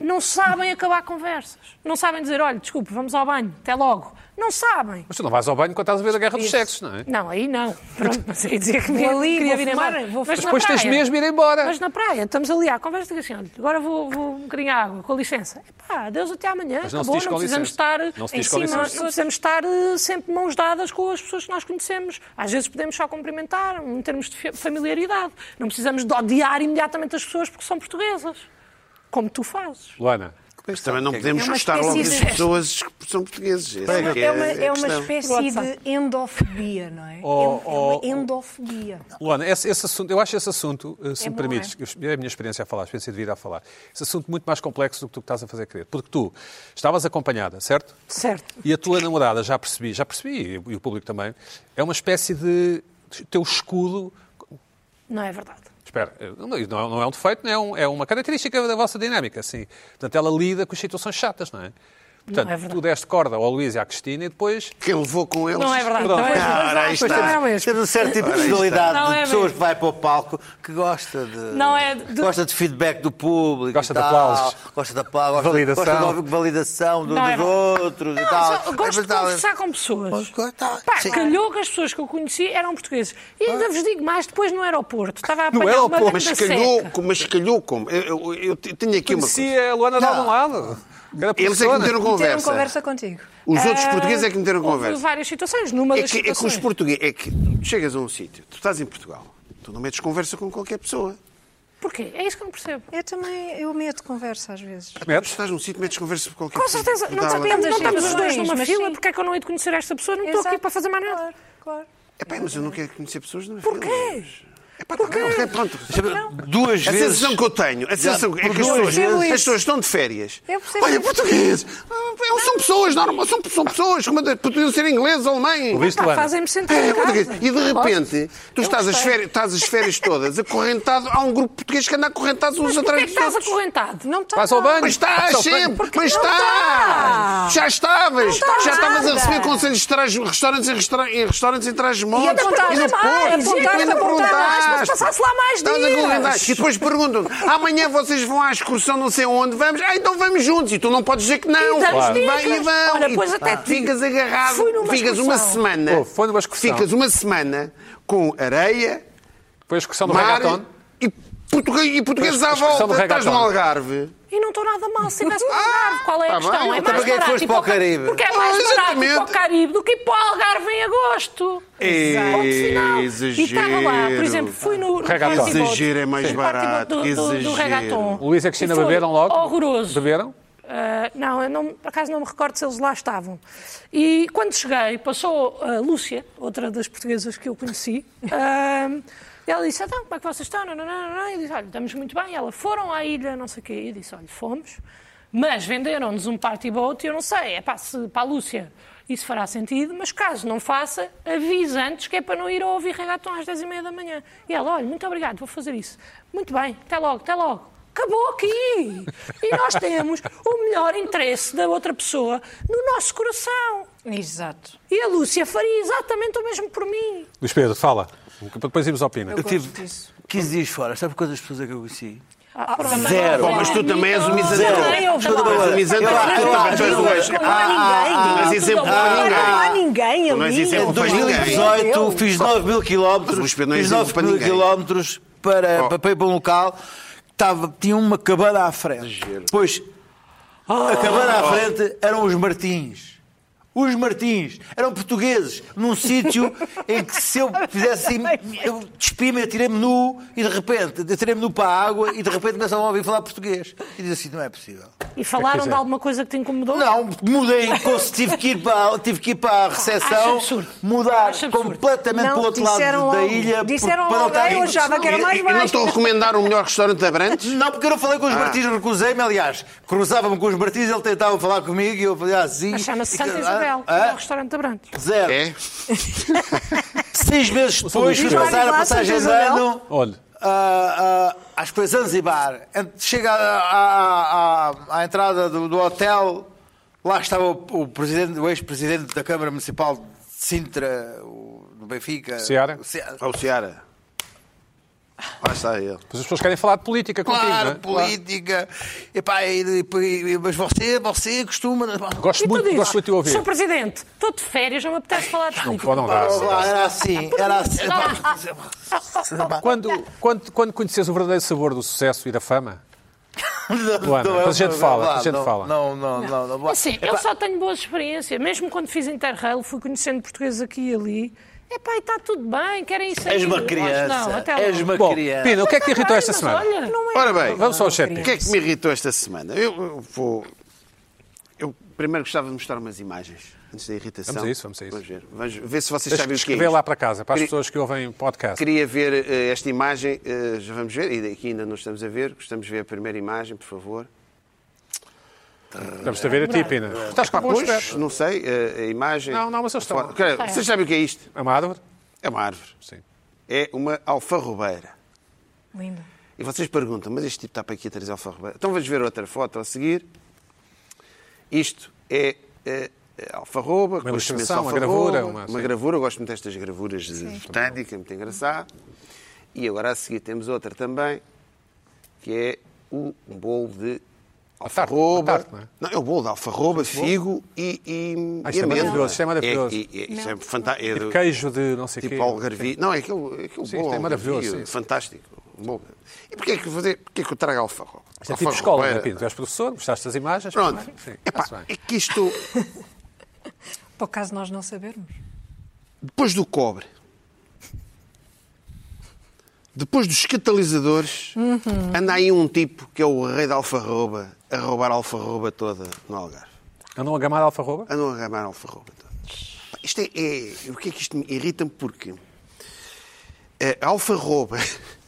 Speaker 5: não sabem acabar conversas. Não sabem dizer, olha, desculpe, vamos ao banho, até logo. Não sabem.
Speaker 1: Mas tu não vais ao banho quando estás a ver a guerra dos sexos, não é?
Speaker 5: Não, aí não. Pronto, mas aí dizia que me
Speaker 3: Vou ali,
Speaker 5: queria
Speaker 3: vou
Speaker 5: vir
Speaker 3: fumar,
Speaker 5: embora.
Speaker 3: vou
Speaker 5: Mas
Speaker 1: Mas
Speaker 5: na
Speaker 1: depois tens
Speaker 5: praia-
Speaker 1: mesmo ir embora.
Speaker 5: Mas na praia, estamos ali à conversa e digo assim, olha, agora vou, vou um bocadinho à água, com licença. Epá, adeus até amanhã,
Speaker 1: Mas
Speaker 5: tá
Speaker 1: não se
Speaker 5: bom,
Speaker 1: diz
Speaker 5: não
Speaker 1: com
Speaker 5: precisamos
Speaker 1: licença.
Speaker 5: estar
Speaker 1: Não se
Speaker 5: em
Speaker 1: diz com
Speaker 5: cima, não
Speaker 1: licença.
Speaker 5: precisamos estar eh, sempre mãos dadas com as pessoas que nós conhecemos. Às vezes podemos só cumprimentar, em termos de fi- familiaridade. Não precisamos de odiar imediatamente as pessoas porque são portuguesas. Como tu fazes.
Speaker 1: Luana,
Speaker 2: Mas também não podemos
Speaker 3: É uma
Speaker 2: gostar logo das
Speaker 3: espécie de-
Speaker 2: pessoas que são portugueses. Essa
Speaker 3: É
Speaker 2: é,
Speaker 3: uma,
Speaker 2: que
Speaker 3: é uma,
Speaker 2: a
Speaker 3: é uma
Speaker 2: questão.
Speaker 3: espécie de endofobia, não é?
Speaker 1: Oh,
Speaker 3: é
Speaker 1: oh,
Speaker 3: uma endofobia.
Speaker 1: Luana esse, esse assunto, eu acho esse assunto, eh, se
Speaker 3: É
Speaker 1: me
Speaker 3: bom,
Speaker 1: permites, que é a minha experiência a falar, a experiência de vida a falar, esse assunto muito mais complexo do que tu que estás a fazer crer. Porque tu estavas acompanhada, certo?
Speaker 5: Certo.
Speaker 1: E a tua namorada, já percebi, já percebi, e o público também, é uma espécie de teu escudo.
Speaker 5: Não é verdade.
Speaker 1: Espera, eh, não é- não é um defeito, não é, um- é uma característica da vossa dinâmica, assim. Portanto, ela lida com as situações chatas, não é? Portanto,
Speaker 5: é verdade.
Speaker 1: tu deste corda ao Luís e à Cristina e depois
Speaker 2: Quem levou com eles.
Speaker 5: Não é verdade.
Speaker 1: Pronto.
Speaker 5: Não é
Speaker 2: Cara, aí
Speaker 5: verdade. Pois
Speaker 2: está.
Speaker 5: não é mesmo.
Speaker 4: Temos um certo tipo de personalidade
Speaker 5: Não
Speaker 4: de
Speaker 5: é
Speaker 4: pessoas
Speaker 5: mesmo.
Speaker 4: que vai para o palco que gosta de.
Speaker 5: Não é de-
Speaker 4: Gosta de feedback do público.
Speaker 1: Gosta
Speaker 4: e
Speaker 1: de
Speaker 4: tal,
Speaker 1: aplausos.
Speaker 4: Gosta de aplausos. gosta-
Speaker 1: Validação.
Speaker 4: Gosta de ouvir validação do-
Speaker 5: Não é
Speaker 4: dos
Speaker 5: verdade.
Speaker 4: outros e
Speaker 5: Não,
Speaker 4: tal.
Speaker 5: só
Speaker 1: É
Speaker 5: gosto de
Speaker 4: Mas, tal,
Speaker 5: conversar com pessoas.
Speaker 4: Tá,
Speaker 5: Pá,
Speaker 4: sim.
Speaker 5: calhou que as pessoas que eu conheci eram portugueses. E ainda vos digo mais, depois no aeroporto. Estava a
Speaker 1: No
Speaker 5: apanhar uma
Speaker 1: aeroporto,
Speaker 5: grande
Speaker 2: Mas
Speaker 5: seca.
Speaker 2: calhou, como- mas calhou como? Eu, eu, eu tenho aqui é uma coisa.
Speaker 1: conhecia a Luana de algum lado. Era
Speaker 2: Eles é que
Speaker 1: professora.
Speaker 2: meteram
Speaker 3: Meteram
Speaker 2: conversa.
Speaker 3: conversa contigo.
Speaker 2: Os outros portugueses é que meteram
Speaker 5: Ah, Houve
Speaker 2: conversa.
Speaker 5: várias situações. Numa
Speaker 2: É
Speaker 5: das
Speaker 2: que, é que os
Speaker 5: situações.
Speaker 2: portugueses... É que tu chegas a um sítio, tu estás em Portugal, tu não metes conversa com qualquer pessoa.
Speaker 5: Porquê? É isso que eu não percebo.
Speaker 3: Eu também, eu meto conversa às vezes.
Speaker 2: Tu
Speaker 1: Metes?
Speaker 2: estás num sítio, metes conversa com qualquer
Speaker 5: Com
Speaker 2: pessoa.
Speaker 5: certeza, não,
Speaker 2: dá lá-
Speaker 5: estamos- não
Speaker 3: das
Speaker 5: estamos os dois
Speaker 3: situações,
Speaker 5: numa
Speaker 3: mas
Speaker 5: fila,
Speaker 3: sim.
Speaker 5: porque é que eu não hei de conhecer esta pessoa? Não estou aqui
Speaker 3: Exato.
Speaker 5: para fazer mais nada.
Speaker 3: Claro, claro.
Speaker 2: tá- Epá, mas eu não quero conhecer pessoas, não é
Speaker 5: Porquê?
Speaker 2: Epá, Porquê? Não, é pronto.
Speaker 4: Duas
Speaker 2: A
Speaker 4: vezes.
Speaker 2: sensação que eu tenho, a sensação é que as
Speaker 4: duas
Speaker 2: pessoas,
Speaker 4: vezes.
Speaker 2: as pessoas estão de férias.
Speaker 3: Eu percebo
Speaker 2: Olha,
Speaker 3: isso.
Speaker 2: português! Ah, São pessoas, normal, são, são pessoas, como poderiam ser ingleses, alemães.
Speaker 1: Luís,
Speaker 5: Pá,
Speaker 1: Luana.
Speaker 5: Fazem-me sentir.
Speaker 2: É,
Speaker 5: em casa.
Speaker 2: português. E de repente, tu estás as,
Speaker 5: gostei.
Speaker 2: férias, estás as férias todas acorrentado, há um grupo português que anda acorrentado uns
Speaker 5: Mas porquê
Speaker 2: atrás
Speaker 5: é que
Speaker 2: dos
Speaker 5: estás
Speaker 2: outros.
Speaker 5: acorrentado?
Speaker 3: Não está
Speaker 1: Vais ao banho.
Speaker 2: Mas estás
Speaker 1: Só
Speaker 2: sempre,
Speaker 1: porque
Speaker 2: mas
Speaker 3: não
Speaker 2: estás! Já estavas!
Speaker 3: Não está
Speaker 2: já estavas a
Speaker 3: nada.
Speaker 2: receber conselhos de trás, restaurantes em, restaura- em restaurantes em trás montes
Speaker 3: apontaste
Speaker 2: no
Speaker 3: mais,
Speaker 2: Porto,
Speaker 3: apontaste,
Speaker 2: ainda
Speaker 3: apontaste,
Speaker 5: mas passaste lá mais
Speaker 2: Estás a
Speaker 5: dias.
Speaker 2: acorrentar. E depois perguntam amanhã vocês vão à excursão não sei onde, vamos, ah, então vamos juntos, e tu não podes dizer que não.
Speaker 5: E
Speaker 3: Então,
Speaker 5: damos
Speaker 2: Claro.
Speaker 5: dicas.
Speaker 2: Vai e vão.
Speaker 5: Olha,
Speaker 2: E
Speaker 5: pois até te
Speaker 2: ficas agarrado,
Speaker 5: Fui numa
Speaker 2: ficas uma
Speaker 5: excursão.
Speaker 2: semana.
Speaker 1: Oh, foi numa excursão.
Speaker 2: Ficas uma semana com areia,
Speaker 1: Foi a excursão do
Speaker 2: mar
Speaker 1: reggaeton.
Speaker 2: e portugueses, e portugueses à
Speaker 1: Expressão do
Speaker 2: volta. Estás no
Speaker 1: reggaeton.
Speaker 2: Algarve.
Speaker 5: E não estou nada mal se estivesse para o Algarve. Qual é a
Speaker 2: tá
Speaker 5: questão?
Speaker 2: bem.
Speaker 5: é
Speaker 2: Então
Speaker 5: mais
Speaker 4: porquê é que
Speaker 5: barato
Speaker 4: foste
Speaker 5: ir para o
Speaker 4: para o Caribe?
Speaker 5: Porque é mais
Speaker 2: Ah,
Speaker 5: barato ir para o
Speaker 2: exatamente.
Speaker 5: Caribe do que ir para o Algarve em agosto. Ponto final. E estava lá, por
Speaker 2: exagero.
Speaker 5: exemplo, fui no, no
Speaker 1: Regatão.
Speaker 5: party boat.
Speaker 2: Exagero é mais
Speaker 5: No party boat
Speaker 2: barato, que
Speaker 5: do, do, do
Speaker 2: exagero.
Speaker 5: regatão.
Speaker 1: O Luís é e a Cristina
Speaker 5: E foi
Speaker 1: beberam logo?
Speaker 5: Horroroso.
Speaker 1: Beberam?
Speaker 5: Uh, não, eu não, por acaso não me recordo se eles lá estavam. E quando cheguei, passou a Lúcia, outra das portuguesas que eu conheci, uh, e ela disse, então, como é que vocês estão? Não, não, não, não. E disse, olha, estamos muito bem. E ela, foram à ilha, não sei o quê. E eu disse, olha, fomos, mas venderam-nos um party boat e eu não sei, é para, se, para a Lúcia isso fará sentido, mas caso não faça, avise antes que é para não ir a ouvir regatão às 10h30 da manhã. E ela, olha, muito obrigado, vou fazer isso. Muito bem, até logo, até logo acabou aqui. E nós temos o melhor interesse da outra pessoa no nosso coração.
Speaker 3: Exato.
Speaker 5: E a Lúcia faria exatamente o mesmo por mim.
Speaker 1: Luís Pedro, fala. Depois irmos ao Pina.
Speaker 3: Eu
Speaker 4: Eu tive
Speaker 3: gosto disso.
Speaker 4: 15 dias tipo fora. Sabe quantas pessoas é que eu conheci?
Speaker 5: Ah, pronto.
Speaker 4: Zero.
Speaker 2: Bom, mas tu também és um
Speaker 5: Zero.
Speaker 2: misantropo.
Speaker 5: Também eu,
Speaker 2: Tu também
Speaker 5: claro.
Speaker 2: és um misantropo.
Speaker 4: Eu,
Speaker 2: Tu
Speaker 4: eu,
Speaker 2: também- tu és um
Speaker 4: eu,
Speaker 2: gajo.
Speaker 4: eu,
Speaker 3: Não há ninguém.
Speaker 2: Ah, mas isso é
Speaker 5: tudo
Speaker 2: bom para
Speaker 5: bom.
Speaker 2: ninguém.
Speaker 3: Não há ninguém
Speaker 2: Não é és
Speaker 3: ali.
Speaker 2: exemplo
Speaker 3: Não
Speaker 2: para
Speaker 3: faz ninguém.
Speaker 4: 2018 fiz 9 mil
Speaker 2: Mas o
Speaker 4: quilómetros.
Speaker 2: espelho não é
Speaker 4: Fiz
Speaker 2: exemplo
Speaker 4: 9
Speaker 2: para
Speaker 4: mil
Speaker 2: ninguém.
Speaker 4: quilómetros para,
Speaker 2: Oh.
Speaker 4: para, para ir para um local que tava, tinha uma cabana à frente. Pois
Speaker 2: Ah.
Speaker 4: a cabana à frente eram os Martins. Os Martins eram portugueses, num sítio em que se eu fizesse assim, eu despi-me, atirei-me nu e de repente, atirei-me nu para a água e de repente começavam a ouvir falar português. E diz assim: não é possível.
Speaker 5: E falaram de alguma coisa que te incomodou?
Speaker 4: é. Não, mudei, cons- tive que ir para, tive que ir para a
Speaker 5: Acho
Speaker 4: recepção,
Speaker 5: absurdo.
Speaker 4: mudar
Speaker 5: Acho absurdo.
Speaker 4: completamente
Speaker 3: Não,
Speaker 4: para o outro lado
Speaker 3: disseram
Speaker 4: da
Speaker 3: logo.
Speaker 4: ilha.
Speaker 3: Disseram
Speaker 4: porque-
Speaker 3: logo,
Speaker 4: para não estar
Speaker 3: eu achava que era mais
Speaker 2: E- e não
Speaker 3: baixo.
Speaker 2: estou a recomendar o melhor restaurante de Abrantes?
Speaker 4: Não, porque eu não falei com
Speaker 3: Ah.
Speaker 4: os Martins, recusei-me, aliás. Cruzava-me com os Martins, ele tentava falar comigo e eu falei assim.
Speaker 5: Mas Chama-se
Speaker 4: e-
Speaker 5: Santa
Speaker 4: ah,
Speaker 5: Isabel,
Speaker 4: ah,
Speaker 5: é o restaurante da Branco.
Speaker 4: zero.
Speaker 2: É?
Speaker 4: Seis meses depois fui
Speaker 3: Diz lá,
Speaker 4: passar
Speaker 3: diz
Speaker 4: a
Speaker 3: lá,
Speaker 4: passagem de
Speaker 3: Santa Isabel.
Speaker 4: ano.
Speaker 1: Olha.
Speaker 4: ah, ah, às coisas Zanzibar. Ent- Chega à, à- à- à entrada do, do hotel, lá estava o, o presidente, o ex-presidente da Câmara Municipal de Sintra, o, do Benfica.
Speaker 1: Seara?
Speaker 4: O Seara.
Speaker 2: Ao Ceara. Lá está ele.
Speaker 1: Mas as pessoas querem falar de política contigo, não é?
Speaker 4: Claro, política. Epá, e, e- e- mas você, você costuma.
Speaker 1: Gosto
Speaker 5: E tu
Speaker 1: muito,
Speaker 5: dizes,
Speaker 1: gosto muito de ouvir.
Speaker 5: Sr. Presidente, estou de férias, não me apetece falar de
Speaker 1: Não
Speaker 5: política.
Speaker 1: podem dar.
Speaker 4: Era assim, era assim. epá.
Speaker 1: Quando, quando, quando conheces o verdadeiro sabor do sucesso e da fama,
Speaker 4: Não,
Speaker 1: Luana,
Speaker 4: não,
Speaker 1: depois a gente
Speaker 4: não,
Speaker 1: fala,
Speaker 4: não,
Speaker 1: depois a gente
Speaker 4: não,
Speaker 1: fala.
Speaker 4: Não, não, não. não,
Speaker 5: Assim, eu
Speaker 4: Epá,
Speaker 5: só tenho boas experiências. Mesmo quando fiz Interrail, fui conhecendo portugueses aqui e ali. Epá, e está tudo bem, querem isso
Speaker 4: És
Speaker 5: aqui.
Speaker 4: uma
Speaker 5: Mas Não,
Speaker 4: criança.
Speaker 5: até
Speaker 4: És
Speaker 5: logo.
Speaker 4: uma
Speaker 1: Bom,
Speaker 4: criança.
Speaker 1: Pina, o que é que te irritou
Speaker 5: Ai,
Speaker 1: esta
Speaker 5: mas
Speaker 1: semana?
Speaker 5: olha, não é-
Speaker 2: Ora bem,
Speaker 1: Vamos só aos
Speaker 2: o
Speaker 1: chat.
Speaker 2: que é que me irritou esta semana? Eu eu vou. Eu primeiro gostava de mostrar umas imagens antes da irritação.
Speaker 1: Vamos a isso, vamos a isso.
Speaker 2: Vamos ver, vamos ver se vocês
Speaker 1: Deixa me
Speaker 2: sabem o que é.
Speaker 1: escrever
Speaker 2: isto.
Speaker 1: lá para casa, para as
Speaker 2: Queria-
Speaker 1: pessoas que ouvem podcast.
Speaker 2: Queria ver eh, esta imagem, eh, já vamos ver, e aqui ainda não estamos a ver, gostamos de ver a primeira imagem, por favor.
Speaker 1: Estamos a ver a ti, Pina. Estás com
Speaker 2: Pá,
Speaker 1: a boa
Speaker 2: Ah, pois, não sei, eh, a imagem.
Speaker 1: Não, não, mas eles estão-
Speaker 2: Fora- Cara,
Speaker 5: Ah, é.
Speaker 2: Vocês sabem o que é isto?
Speaker 1: É uma árvore?
Speaker 2: É uma árvore.
Speaker 1: Sim.
Speaker 2: É uma alfarrobeira.
Speaker 3: Lindo.
Speaker 2: E vocês perguntam, mas este tipo está para aqui a trazer alfarrobeira. Então vamos ver outra foto a seguir. Isto é, eh, é alfarroba,
Speaker 1: Uma
Speaker 2: com os sementes de
Speaker 1: ilustração, uma
Speaker 2: alfarroba,
Speaker 1: gravura, uma- assim. sim.
Speaker 2: gravura. Eu gosto muito destas gravuras de botânica, é muito engraçado. E agora a seguir temos outra também, que é o bolo de
Speaker 1: Uma tarte,
Speaker 2: alfarroba.
Speaker 1: uma tarte, não é?
Speaker 2: o bolo de alfarroba, figo e, e,
Speaker 1: Ah,
Speaker 2: e
Speaker 1: isto é
Speaker 2: amêndoa.
Speaker 1: maravilhoso, isto é maravilhoso.
Speaker 2: É, e- e- isto é fanta- é do-
Speaker 1: Queijo de não sei o quê.
Speaker 2: Tipo Algarvio. Não, é aquele, aquele
Speaker 1: Sim,
Speaker 2: bom
Speaker 1: isto é maravilhoso,
Speaker 2: algarvio,
Speaker 1: sim, sim.
Speaker 2: Fantástico. Bom. E porquê é que, fazer, porquê é que eu trago alfarroba?
Speaker 1: Isto é tipo escola, não é, Pina? Tu és professor, gostaste das imagens?
Speaker 2: Pronto.
Speaker 1: Sim,
Speaker 2: Epá,
Speaker 1: está-se bem.
Speaker 2: é que isto,
Speaker 3: Por acaso nós não sabermos.
Speaker 2: depois do cobre, depois dos catalisadores,
Speaker 1: Uhum.
Speaker 2: anda aí um tipo que é o rei da alfarroba, a roubar a alfarroba toda no Algarve.
Speaker 1: Andam a gamar de alfarroba?
Speaker 2: Andam a gamar a alfarroba toda. Pá, Isto é, é- O que é que isto me irrita-me? Porque a alfarroba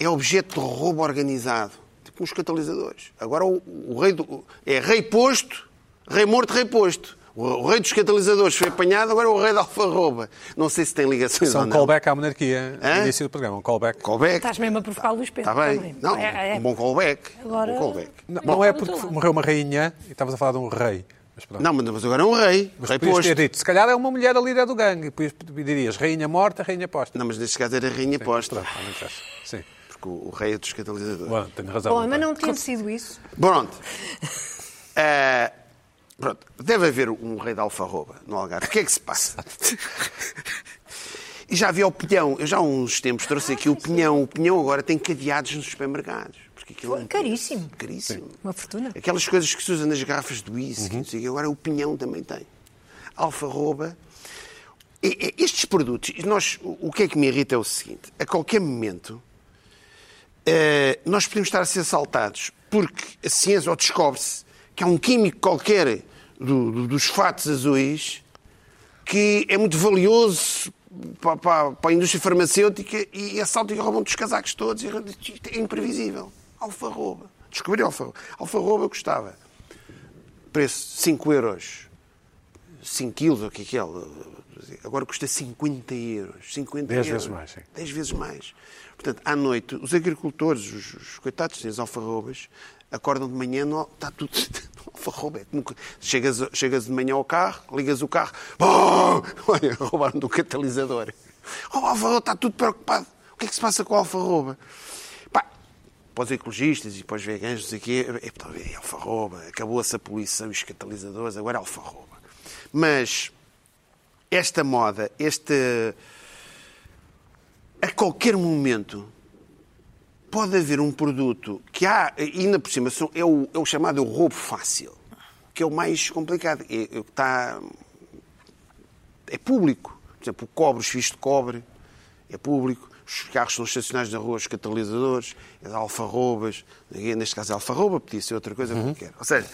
Speaker 2: é objeto de roubo organizado, tipo os catalisadores. Agora o, o rei do, é rei posto, rei morto, rei posto. O, o rei dos catalisadores foi apanhado, agora é o rei da alfarroba. Não sei se tem ligações
Speaker 1: São
Speaker 2: ou
Speaker 1: um
Speaker 2: não.
Speaker 1: callback à monarquia no
Speaker 2: Hã?
Speaker 1: início do programa, um callback.
Speaker 2: Callback.
Speaker 5: Estás mesmo a provocar o Luís Pedro.
Speaker 2: Está bem.
Speaker 5: também.
Speaker 2: Não,
Speaker 5: Tá, É, é.
Speaker 2: um bom callback.
Speaker 5: Agora-
Speaker 2: Um bom callback.
Speaker 1: Não,
Speaker 5: Bom,
Speaker 1: não é
Speaker 5: do teu
Speaker 1: porque
Speaker 5: lado.
Speaker 1: morreu uma rainha e estavas a falar de um rei. Mas pronto.
Speaker 2: Não, mas agora é um rei.
Speaker 1: Mas
Speaker 2: rei
Speaker 1: podias
Speaker 2: posto.
Speaker 1: ter dito, se calhar é uma mulher a líder do gangue. Podias- Dirias, rainha morta, rainha posta.
Speaker 2: Não, mas neste caso era a rainha posta.
Speaker 1: Pronto, não interessa. Sim.
Speaker 2: Porque o, o rei é dos catalisadores.
Speaker 1: Bom, tenho razão.
Speaker 3: Bom, mas não tinha sido isso.
Speaker 2: Pronto. Eh, pronto. Deve haver um rei da alfarroba no Algarve. O que é que se passa? E já havia o pinhão. Eu já há uns tempos trouxe aqui o pinhão. O pinhão agora tem cadeados nos supermercados. Porque Aquilo é um-
Speaker 3: Caríssimo.
Speaker 2: Caríssimo.
Speaker 3: Uma fortuna.
Speaker 2: Aquelas coisas que se usa nas garrafas de whisky, não sei o quê. agora o pinhão também tem. Alfarroba. E- e- Estes produtos, nós, o o que é que me irrita é o seguinte: a qualquer momento eh, nós podemos estar a ser assaltados porque a ciência ou descobre-se que há um químico qualquer do- do- dos fatos azuis que é muito valioso para, para- para a indústria farmacêutica e assaltam e roubam-te os casacos todos. e- Isto é imprevisível. Alfarroba. Descobri alfarroba. Alfarroba custava preço 5 euros, 5 quilos, ou o que é que é. Agora custa 50 euros. 50
Speaker 1: Dez
Speaker 2: euros.
Speaker 1: vezes mais, sim.
Speaker 2: 10 vezes mais. Portanto, à noite, os agricultores, os, os coitados das alfarrobas, acordam de manhã, não, está tudo. Alfarroba, é como que- chegas, chegas de manhã ao carro, ligas o carro, "Bom!" olha, roubaram do catalisador. Oh, o alfarroba está tudo preocupado. O que é que se passa com a alfarroba? Pá, para os ecologistas e para os veganos, não sei o quê, é, pá, é alfarroba, acabou-se a poluição e os catalisadores, agora é alfarroba. Mas esta moda, este a qualquer momento pode haver um produto que há, e ainda por cima são- é o, é o chamado roubo fácil, que é o mais complicado, é, é o que está, é público. Por exemplo, o cobre, os fios de cobre, é público. Os carros são estacionados na rua, os catalisadores, as alfarrobas, neste caso é alfarroba, podia ser outra coisa qualquer. Ou seja,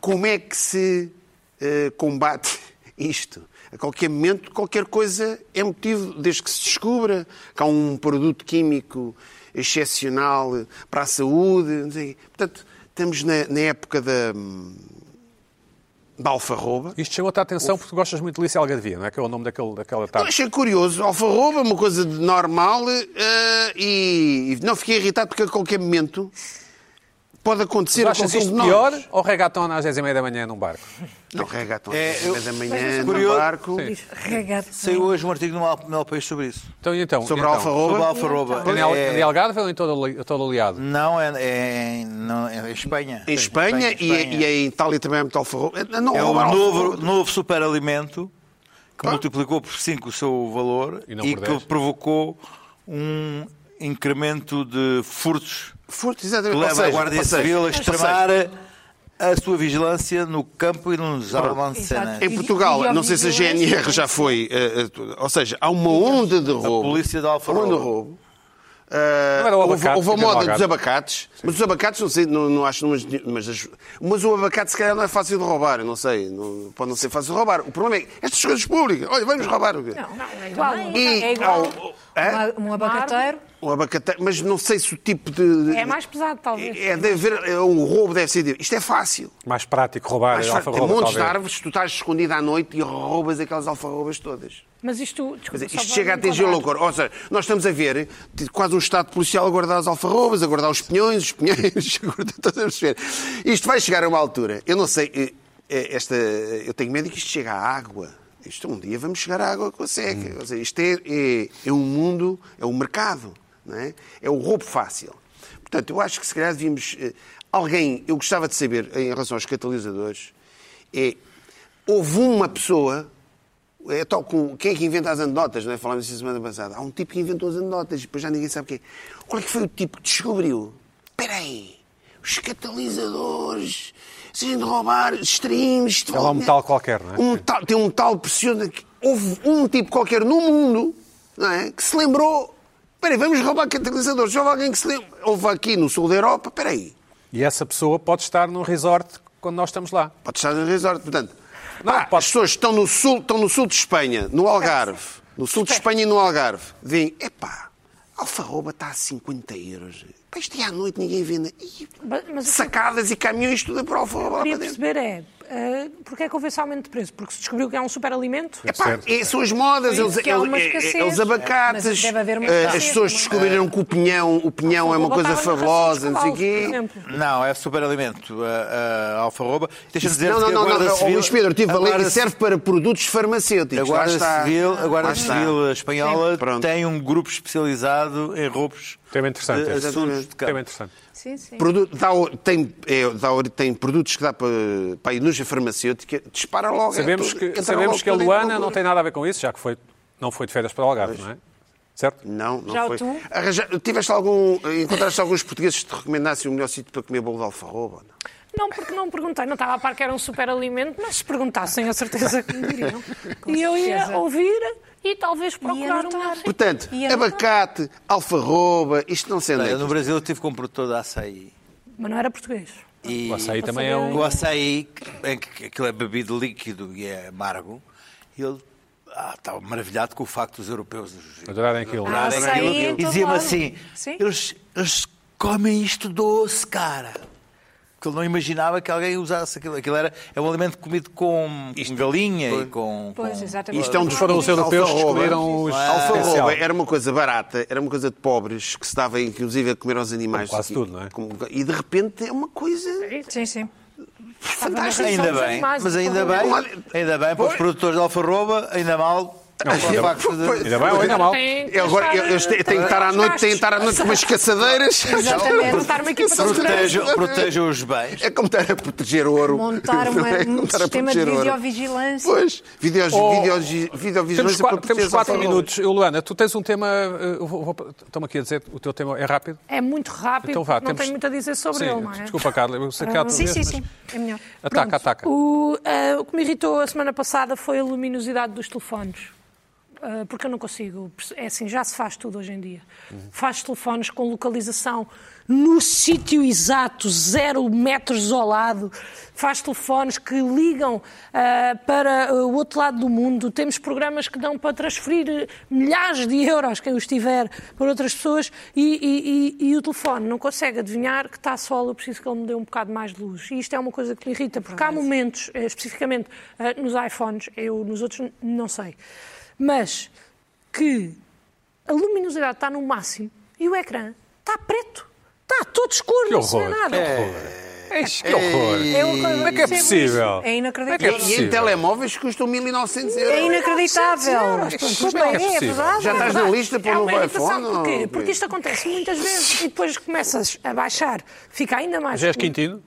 Speaker 2: como é que se eh, combate isto? A qualquer momento, qualquer coisa é motivo, desde que se descubra que há um produto químico excepcional para a saúde. não sei o quê. Portanto, estamos na, na época da, hum, da alfarroba.
Speaker 1: Isto chamou-te a atenção porque gostas muito de Lícia Algarvia, não é? Que é o nome daquele, daquela
Speaker 2: Então,
Speaker 1: tarde.
Speaker 2: achei curioso. Alfarroba é uma coisa de normal eh, e, e não fiquei irritado porque a qualquer momento pode acontecer a
Speaker 1: Achas
Speaker 2: qualquer um
Speaker 1: isto
Speaker 2: de nós.
Speaker 1: pior ou reggaeton às 10h30 da manhã num barco?
Speaker 2: Não, regatão.
Speaker 4: É,
Speaker 2: É,
Speaker 4: eu-
Speaker 2: da
Speaker 3: Mas
Speaker 2: manhã,
Speaker 3: isso é
Speaker 2: no
Speaker 4: curioso.
Speaker 2: barco,
Speaker 3: Regado.
Speaker 4: Saiu hoje um artigo no Al- no El País sobre isso.
Speaker 1: Então, e então?
Speaker 2: sobre
Speaker 1: e
Speaker 2: a
Speaker 1: então?
Speaker 4: Sobre a
Speaker 2: alfarroba.
Speaker 4: alfarroba.
Speaker 1: Daniel,
Speaker 4: É-
Speaker 1: Daniel Garve ou em todo, ali- todo aliado?
Speaker 4: Não, é, é em- não, é em Espanha.
Speaker 2: Em Espanha, e, é- e em Itália também há muito alfarroba. Não,
Speaker 4: É um
Speaker 2: roubaram
Speaker 4: novo,
Speaker 2: alfarroba.
Speaker 4: novo superalimento que
Speaker 2: Ah.
Speaker 4: multiplicou por 5 o seu valor
Speaker 1: E não
Speaker 4: e
Speaker 1: por
Speaker 4: que
Speaker 1: 10.
Speaker 4: provocou um incremento de furtos
Speaker 2: Furto,
Speaker 4: que
Speaker 2: exatamente. Ou
Speaker 4: leva a
Speaker 2: seja,
Speaker 4: Guardia
Speaker 2: ou seja,
Speaker 4: Civil a
Speaker 2: ou seja,
Speaker 4: extremar a sua vigilância no campo e nos almacenas.
Speaker 3: Exato.
Speaker 2: Em Portugal, não sei se a
Speaker 5: é assim.
Speaker 2: GNR já foi. eh, eh, tudo. ou seja, há uma onda de roubo.
Speaker 4: polícia de Alfarroba.
Speaker 2: Uma onda de roubo. Eh,
Speaker 1: era o
Speaker 2: houve,
Speaker 1: abacate,
Speaker 2: houve a
Speaker 1: era o
Speaker 2: moda dos
Speaker 1: abacate.
Speaker 2: abacates, mas os abacates não sei, não, não acho, mas, mas, as- mas o abacate se calhar não é fácil de roubar, eu não sei, não- pode não ser fácil de roubar. O problema é que estas coisas públicas, olha, vamos roubar o quê?
Speaker 3: Não, não, é
Speaker 5: igual.
Speaker 3: igual.
Speaker 2: E
Speaker 3: É igual.
Speaker 2: ao- Hã?
Speaker 3: Um abacateiro.
Speaker 2: O abacate, mas não sei se o tipo de. de-
Speaker 5: É mais pesado, talvez.
Speaker 2: É, deve haver- é, o roubo deve ser. Isto é fácil.
Speaker 1: Mais prático roubar
Speaker 2: Mas,
Speaker 1: alfarroba,
Speaker 2: tem montes de
Speaker 1: talvez.
Speaker 2: árvores, tu estás escondido à noite e roubas aquelas alfarrobas todas.
Speaker 5: Mas isto,
Speaker 2: Quer
Speaker 5: desculpa,
Speaker 2: dizer,
Speaker 5: só um
Speaker 2: isto
Speaker 5: para
Speaker 2: chega a atingir a
Speaker 5: enquadrar.
Speaker 2: loucura. Ou seja, nós estamos a ver de- quase um Estado policial a guardar as alfarrobas, a guardar os pinhões, os pinheiros, a guardar- estás a perceber? Isto vai chegar a uma altura. Eu não sei, eh, eh, esta, eu tenho medo que isto chegue à água. Isto um dia vamos chegar à água com a seca. Ou seja, isto é, é, é um mundo, é um mercado, não é? é o roubo fácil. Portanto, eu acho que se calhar devíamos. eh, Alguém, eu gostava de saber, em relação aos catalisadores, é. Houve uma pessoa é tal com quem é que inventa as anedotas, não é? Falámos isso semana passada. Há um tipo que inventou as anedotas e depois já ninguém sabe quem. é. Qual é que foi o tipo que descobriu? Espera aí, os catalisadores, se a gente roubar, extraímos... isto-
Speaker 1: É lá um metal qualquer, não é?
Speaker 2: Um tal- tem um tal pressionante. que Houve um tipo qualquer no mundo, não é? Que se lembrou... Espera aí, vamos roubar catalisadores. Houve alguém que se lembra... Houve aqui no sul da Europa, espera aí.
Speaker 1: E essa pessoa pode estar num resort quando nós estamos lá.
Speaker 2: Pode estar no resort, portanto.
Speaker 1: Não,
Speaker 2: pá,
Speaker 1: pode-
Speaker 2: As pessoas estão no sul, estão no sul de Espanha, no Algarve. No sul de Espanha e no Algarve. Vêm, epá, a alfarroba está a 50 euros. Pá, isto é à noite, ninguém vende. E
Speaker 5: Mas- mas o que eu
Speaker 2: sacadas e caminhões, tudo para a alfarroba lá para
Speaker 5: queria
Speaker 2: dentro.
Speaker 5: perceber é eh, porque é que houve esse aumento de preço? Porque se descobriu que é um superalimento?
Speaker 2: Epá,
Speaker 1: Certo.
Speaker 2: é, são as modas,
Speaker 5: Por
Speaker 2: eles,
Speaker 5: isso que há uma
Speaker 2: eles- é,
Speaker 5: escassez.
Speaker 2: eles abacates.
Speaker 3: Mas deve haver uma
Speaker 2: eh, as
Speaker 3: escassez
Speaker 2: pessoas
Speaker 3: também.
Speaker 2: descobriram que o pinhão, o pinhão é uma coisa
Speaker 5: Botava na ração
Speaker 2: fabulosa, não sei o
Speaker 5: dos cavalos,
Speaker 2: quê.
Speaker 5: um por exemplo.
Speaker 4: Não, é superalimento. A, a alfarroba. Deixa-me dizer
Speaker 2: Não, não,
Speaker 4: que a
Speaker 2: não, não,
Speaker 4: Guarda
Speaker 2: não.
Speaker 4: Civil.
Speaker 2: Luís Pedro, tive
Speaker 4: a
Speaker 2: a ler,
Speaker 4: Guarda
Speaker 2: serve para produtos farmacêuticos.
Speaker 4: A
Speaker 2: Lá
Speaker 4: Guarda
Speaker 2: está.
Speaker 4: Civil, a Guarda
Speaker 2: Lá está.
Speaker 4: Civil Espanhola
Speaker 2: Sim. Pronto.
Speaker 4: tem um grupo especializado em roubos
Speaker 1: Tema É interessante
Speaker 4: de
Speaker 1: esse.
Speaker 4: assuntos de
Speaker 1: Também
Speaker 4: campo.
Speaker 1: interessante.
Speaker 3: Sim, sim.
Speaker 2: Produto- dá o- tem, é, dá o- tem produtos que dá para, para a indústria farmacêutica, dispara logo. é
Speaker 1: Sabemos
Speaker 2: tudo-
Speaker 1: que,
Speaker 2: entra
Speaker 1: sabemos
Speaker 2: logo
Speaker 1: que a
Speaker 2: tudo em
Speaker 1: Luana
Speaker 2: loucura.
Speaker 1: não tem nada a ver com isso, já que foi, não foi de férias para o Algarve, não é? certo?
Speaker 2: Não, não
Speaker 3: Já o
Speaker 2: foi.
Speaker 3: tu?
Speaker 2: Arranja- Tiveste algum. Encontraste alguns portugueses que te recomendassem o melhor sítio para comer bolo de alfarroba? ou Não?
Speaker 5: Não, porque não perguntei, não estava a par que era um superalimento, mas se perguntassem, a certeza que me diriam.
Speaker 3: Com
Speaker 5: E eu ia
Speaker 3: certeza.
Speaker 5: ouvir e talvez procurar um
Speaker 3: anotar.
Speaker 5: assim.
Speaker 2: Portanto,
Speaker 3: E a
Speaker 2: abacate, alfarroba, isto não sei onde é
Speaker 4: Olha,
Speaker 2: que
Speaker 4: No Brasil eu tive com um produtor de açaí.
Speaker 5: Mas não era português.
Speaker 4: E
Speaker 1: O açaí também é um.
Speaker 4: O açaí, que- em que aquilo é bebido líquido e é amargo, e ele ah, estava maravilhado com o facto dos europeus os-
Speaker 1: Adorarem aquilo.
Speaker 3: Ah,
Speaker 4: adorarem
Speaker 3: açaí
Speaker 4: aquilo.
Speaker 3: em todo
Speaker 4: E dizia-me
Speaker 3: lado.
Speaker 4: assim:
Speaker 3: Sim.
Speaker 4: eles, eles comem isto doce, cara. Porque ele não imaginava que alguém usasse aquilo. Aquilo era, é um alimento comido com, com galinha e com.
Speaker 3: Pois,
Speaker 4: com-
Speaker 3: exatamente.
Speaker 2: Isto é um dos
Speaker 1: Foram os europeus que
Speaker 2: Alfarroba.
Speaker 1: descobriram os-
Speaker 2: Alfarroba
Speaker 1: Essencial.
Speaker 2: era uma coisa barata, era uma coisa de pobres que se dava inclusive a comer aos animais.
Speaker 1: Como quase
Speaker 2: E-
Speaker 1: tudo, não é?
Speaker 2: como- E de repente é uma coisa
Speaker 3: Sim, sim.
Speaker 2: fantástica.
Speaker 4: Ainda
Speaker 5: São os
Speaker 4: bem,
Speaker 5: animais,
Speaker 4: mas ainda bem,
Speaker 2: Olha,
Speaker 4: ainda bem, para os
Speaker 2: pois.
Speaker 4: produtores de alfarroba, ainda mal. com
Speaker 1: ainda
Speaker 4: o facto de-
Speaker 2: Pois.
Speaker 1: Ainda bem ou ainda mal?
Speaker 5: Tem que
Speaker 2: Eu agora
Speaker 5: estar,
Speaker 2: eu, eu
Speaker 5: eh,
Speaker 2: tenho que estar à noite, tenho que estar à noite com umas caçadeiras.
Speaker 3: Exatamente. Montar uma equipa de
Speaker 4: Protejam, protejam os bens.
Speaker 2: É como estar a proteger ouro.
Speaker 3: Montar uma-
Speaker 2: Não é?
Speaker 3: um
Speaker 2: Como estar a
Speaker 3: sistema de
Speaker 2: proteger ouro.
Speaker 3: videovigilância.
Speaker 2: Pois, videos,
Speaker 1: Oh,
Speaker 2: videos,
Speaker 1: Temos,
Speaker 2: videovigilância
Speaker 1: qua-
Speaker 2: para
Speaker 1: temos
Speaker 2: proteger
Speaker 1: quatro
Speaker 2: os
Speaker 1: minutos. Eu, Luana, tu tens um tema. eh, eu vou- vou- Estão-me aqui a dizer o teu tema é rápido?
Speaker 5: É muito rápido,
Speaker 1: Então vá,
Speaker 5: não
Speaker 1: temos-
Speaker 5: tem muito a dizer sobre
Speaker 1: Sim,
Speaker 5: ele, não é?
Speaker 1: Desculpa, Carla. Eu sei que há outra
Speaker 3: Sim,
Speaker 1: vez,
Speaker 3: sim,
Speaker 1: mas-
Speaker 3: sim. É melhor.
Speaker 1: Ataca, ataca.
Speaker 5: O, eh, o que me irritou a semana passada foi a luminosidade dos telefones. Eh, porque eu não consigo. perce- É assim, já se faz tudo hoje em dia. Faz telefones com localização no sítio exato, zero metros ao lado. Faz telefones que ligam eh, para eh, o outro lado do mundo. Temos programas que dão para transferir eh, milhares de euros, quem os tiver, para outras pessoas. E, e- e- e o telefone não consegue adivinhar que está sol, eu preciso que ele me dê um bocado mais de luz. E isto é uma coisa que me irrita, porque há momentos, eh, especificamente eh, nos iPhones, eu nos outros n- não sei, mas que a luminosidade está no máximo e o ecrã está preto, está todo escuro,
Speaker 1: Que
Speaker 5: não se vê
Speaker 1: horror.
Speaker 5: nada.
Speaker 2: É.
Speaker 1: Eish, que horror.
Speaker 3: Como
Speaker 1: é que é possível?
Speaker 3: É
Speaker 1: Como
Speaker 3: inacreditável.
Speaker 1: é que
Speaker 2: E em
Speaker 1: Possível.
Speaker 2: telemóveis um custam 1900
Speaker 3: É
Speaker 2: euros.
Speaker 3: inacreditável.
Speaker 5: Euros, pronto,
Speaker 3: Desculpa,
Speaker 1: como é que é
Speaker 3: é,
Speaker 1: possível?
Speaker 3: verdade.
Speaker 2: Já estás na lista para
Speaker 5: É
Speaker 2: o
Speaker 5: uma
Speaker 2: novo
Speaker 5: irritação,
Speaker 2: iPhone? ou
Speaker 5: porquê?
Speaker 2: quê?
Speaker 5: Porque isto acontece muitas vezes e depois começas a baixar, fica ainda mais
Speaker 1: Já és
Speaker 5: escuro.
Speaker 1: Quintino?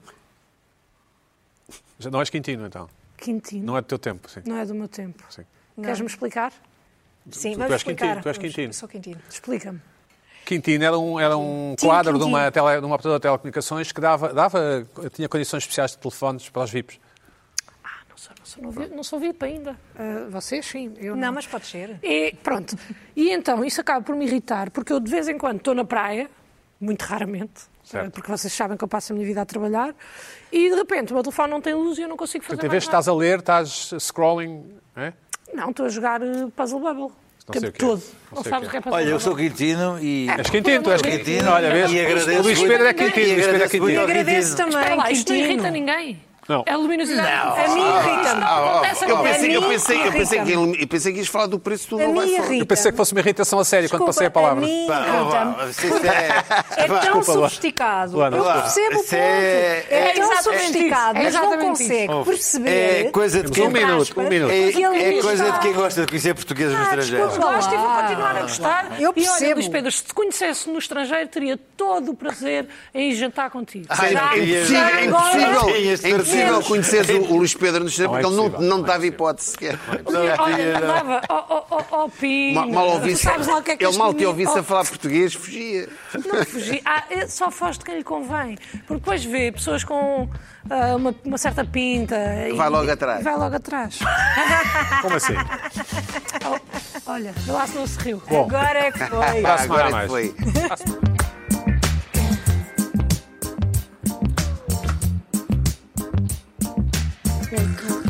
Speaker 1: Já não és Quintino, então.
Speaker 5: Quintino.
Speaker 1: Não é do teu tempo, sim.
Speaker 5: Não é do meu tempo.
Speaker 1: Sim.
Speaker 5: Queres-me explicar?
Speaker 3: Sim,
Speaker 1: Tu- tu
Speaker 3: vamos
Speaker 1: és quintino,
Speaker 3: explicar.
Speaker 1: tu és
Speaker 3: Vamos-
Speaker 1: quintino.
Speaker 3: Sou quintino.
Speaker 5: Explica-me.
Speaker 1: Quintino era um, era um
Speaker 3: Sim,
Speaker 1: quadro de
Speaker 3: Quintino.
Speaker 1: uma, tele, de uma operadora de telecomunicações que dava, dava, tinha condições especiais de telefones para os VIPs.
Speaker 5: Ah, não sou, não sou, não vi- não sou VIP ainda. Ah, vocês sim, eu não.
Speaker 3: Não, mas pode ser.
Speaker 5: E pronto. E então, isso acaba por me irritar, porque eu de vez em quando estou na praia, muito raramente,
Speaker 1: Certo.
Speaker 5: eh, porque vocês sabem que eu passo a minha vida a trabalhar, e de repente o meu telefone não tem luz e eu não consigo fazer
Speaker 1: Portanto, Então, em vez
Speaker 5: mais
Speaker 1: de
Speaker 5: nada.
Speaker 1: estás a ler, estás scrolling. é?
Speaker 5: Não, estou a jogar eh, Puzzle Bubble.
Speaker 1: Não
Speaker 5: O
Speaker 1: sei o
Speaker 5: tempo
Speaker 1: que é.
Speaker 5: todo.
Speaker 1: Não
Speaker 5: Não,
Speaker 1: sei
Speaker 5: sabes
Speaker 1: o
Speaker 5: o
Speaker 1: que
Speaker 5: que
Speaker 1: é.
Speaker 5: é Puzzle
Speaker 4: Olha, eu
Speaker 5: Bubble.
Speaker 4: sou Quintino e.
Speaker 1: És Quintino, tu és Quintino.
Speaker 4: Quintino.
Speaker 1: Olha, vês?
Speaker 4: E agradeço
Speaker 1: O Luís
Speaker 4: muito.
Speaker 1: Pedro é Quintino.
Speaker 4: E
Speaker 1: Luís Pedro é
Speaker 4: agradeço
Speaker 1: Quintino.
Speaker 3: E
Speaker 4: muito.
Speaker 3: agradeço
Speaker 4: Quintino.
Speaker 5: Espera
Speaker 3: também,
Speaker 5: lá, isto não irrita
Speaker 3: Quintino.
Speaker 5: ninguém.
Speaker 1: Não.
Speaker 5: É a luminosidade.
Speaker 3: A mim irrita-me.
Speaker 5: Acontece
Speaker 2: Eu
Speaker 5: agora.
Speaker 2: pensei, eu
Speaker 3: A mim
Speaker 2: pensei, eu pensei, que,
Speaker 3: irrita-me.
Speaker 2: ele- eu pensei que ias falar do preço do
Speaker 3: A
Speaker 2: novo
Speaker 3: mim
Speaker 2: iPhone.
Speaker 1: Eu pensei que fosse uma irritação a sério quando passei a palavra.
Speaker 3: A mim
Speaker 4: Pá, ó, vá,
Speaker 3: irrita-me.
Speaker 4: isso é-
Speaker 3: É tão
Speaker 1: Desculpa, Luana.
Speaker 3: sofisticado.
Speaker 1: Luana,
Speaker 3: eu
Speaker 1: desculpa.
Speaker 3: percebo o
Speaker 4: Isso
Speaker 3: ponto.
Speaker 4: é-
Speaker 3: É,
Speaker 5: é
Speaker 3: tão
Speaker 5: exatamente
Speaker 3: sofisticado,
Speaker 5: isso.
Speaker 3: mas
Speaker 5: É
Speaker 3: não
Speaker 5: exatamente
Speaker 3: consegue
Speaker 4: Ouve,
Speaker 3: perceber.
Speaker 4: É coisa de
Speaker 1: Temos
Speaker 4: quem.
Speaker 1: um minuto, um
Speaker 3: aspas,
Speaker 1: minuto.
Speaker 4: É,
Speaker 3: porque ele
Speaker 4: é
Speaker 3: não
Speaker 4: coisa de
Speaker 3: está.
Speaker 4: quem gosta de conhecer portugueses no
Speaker 3: Ah,
Speaker 4: estrangeiro.
Speaker 3: desculpa.
Speaker 5: gosto e vou
Speaker 3: Olá.
Speaker 5: continuar a gostar.
Speaker 3: Eu
Speaker 5: E olha,
Speaker 3: percebo.
Speaker 5: Luís Pedro, se te conhecesse no estrangeiro, teria todo o prazer em jantar contigo.
Speaker 4: Ai,
Speaker 5: Já
Speaker 4: não,
Speaker 2: É
Speaker 4: e-
Speaker 2: impossível, é impossível,
Speaker 4: Sim, este
Speaker 2: é impossível
Speaker 4: terceiro.
Speaker 2: conheceres o, o Luís Pedro no cinema,
Speaker 1: Não é
Speaker 2: porque ele não,
Speaker 1: possível, não
Speaker 2: não
Speaker 1: é
Speaker 2: te dava
Speaker 1: possível.
Speaker 2: hipótese sequer.
Speaker 5: Olha, dava. Oh, oh, oh, oh, Pina.
Speaker 2: Mal, mal ouvisse,
Speaker 5: Tu sabes lá o que é que
Speaker 2: ele
Speaker 5: este
Speaker 2: mal te
Speaker 5: menino-
Speaker 2: ouvisse a
Speaker 5: Oh,
Speaker 2: falar português, fugia.
Speaker 5: Não fugi. Ah, é- só foge de quem lhe convém. Porque depois vê pessoas com ah, uma, uma certa pinta. e-
Speaker 2: Vai logo atrás.
Speaker 5: e Vai logo atrás.
Speaker 1: Como assim?
Speaker 5: Olha, lá se não se riu.
Speaker 3: Agora é que foi.
Speaker 1: Para a semana
Speaker 2: Agora
Speaker 1: há
Speaker 2: é que
Speaker 1: mais.
Speaker 2: foi.
Speaker 3: Thank you.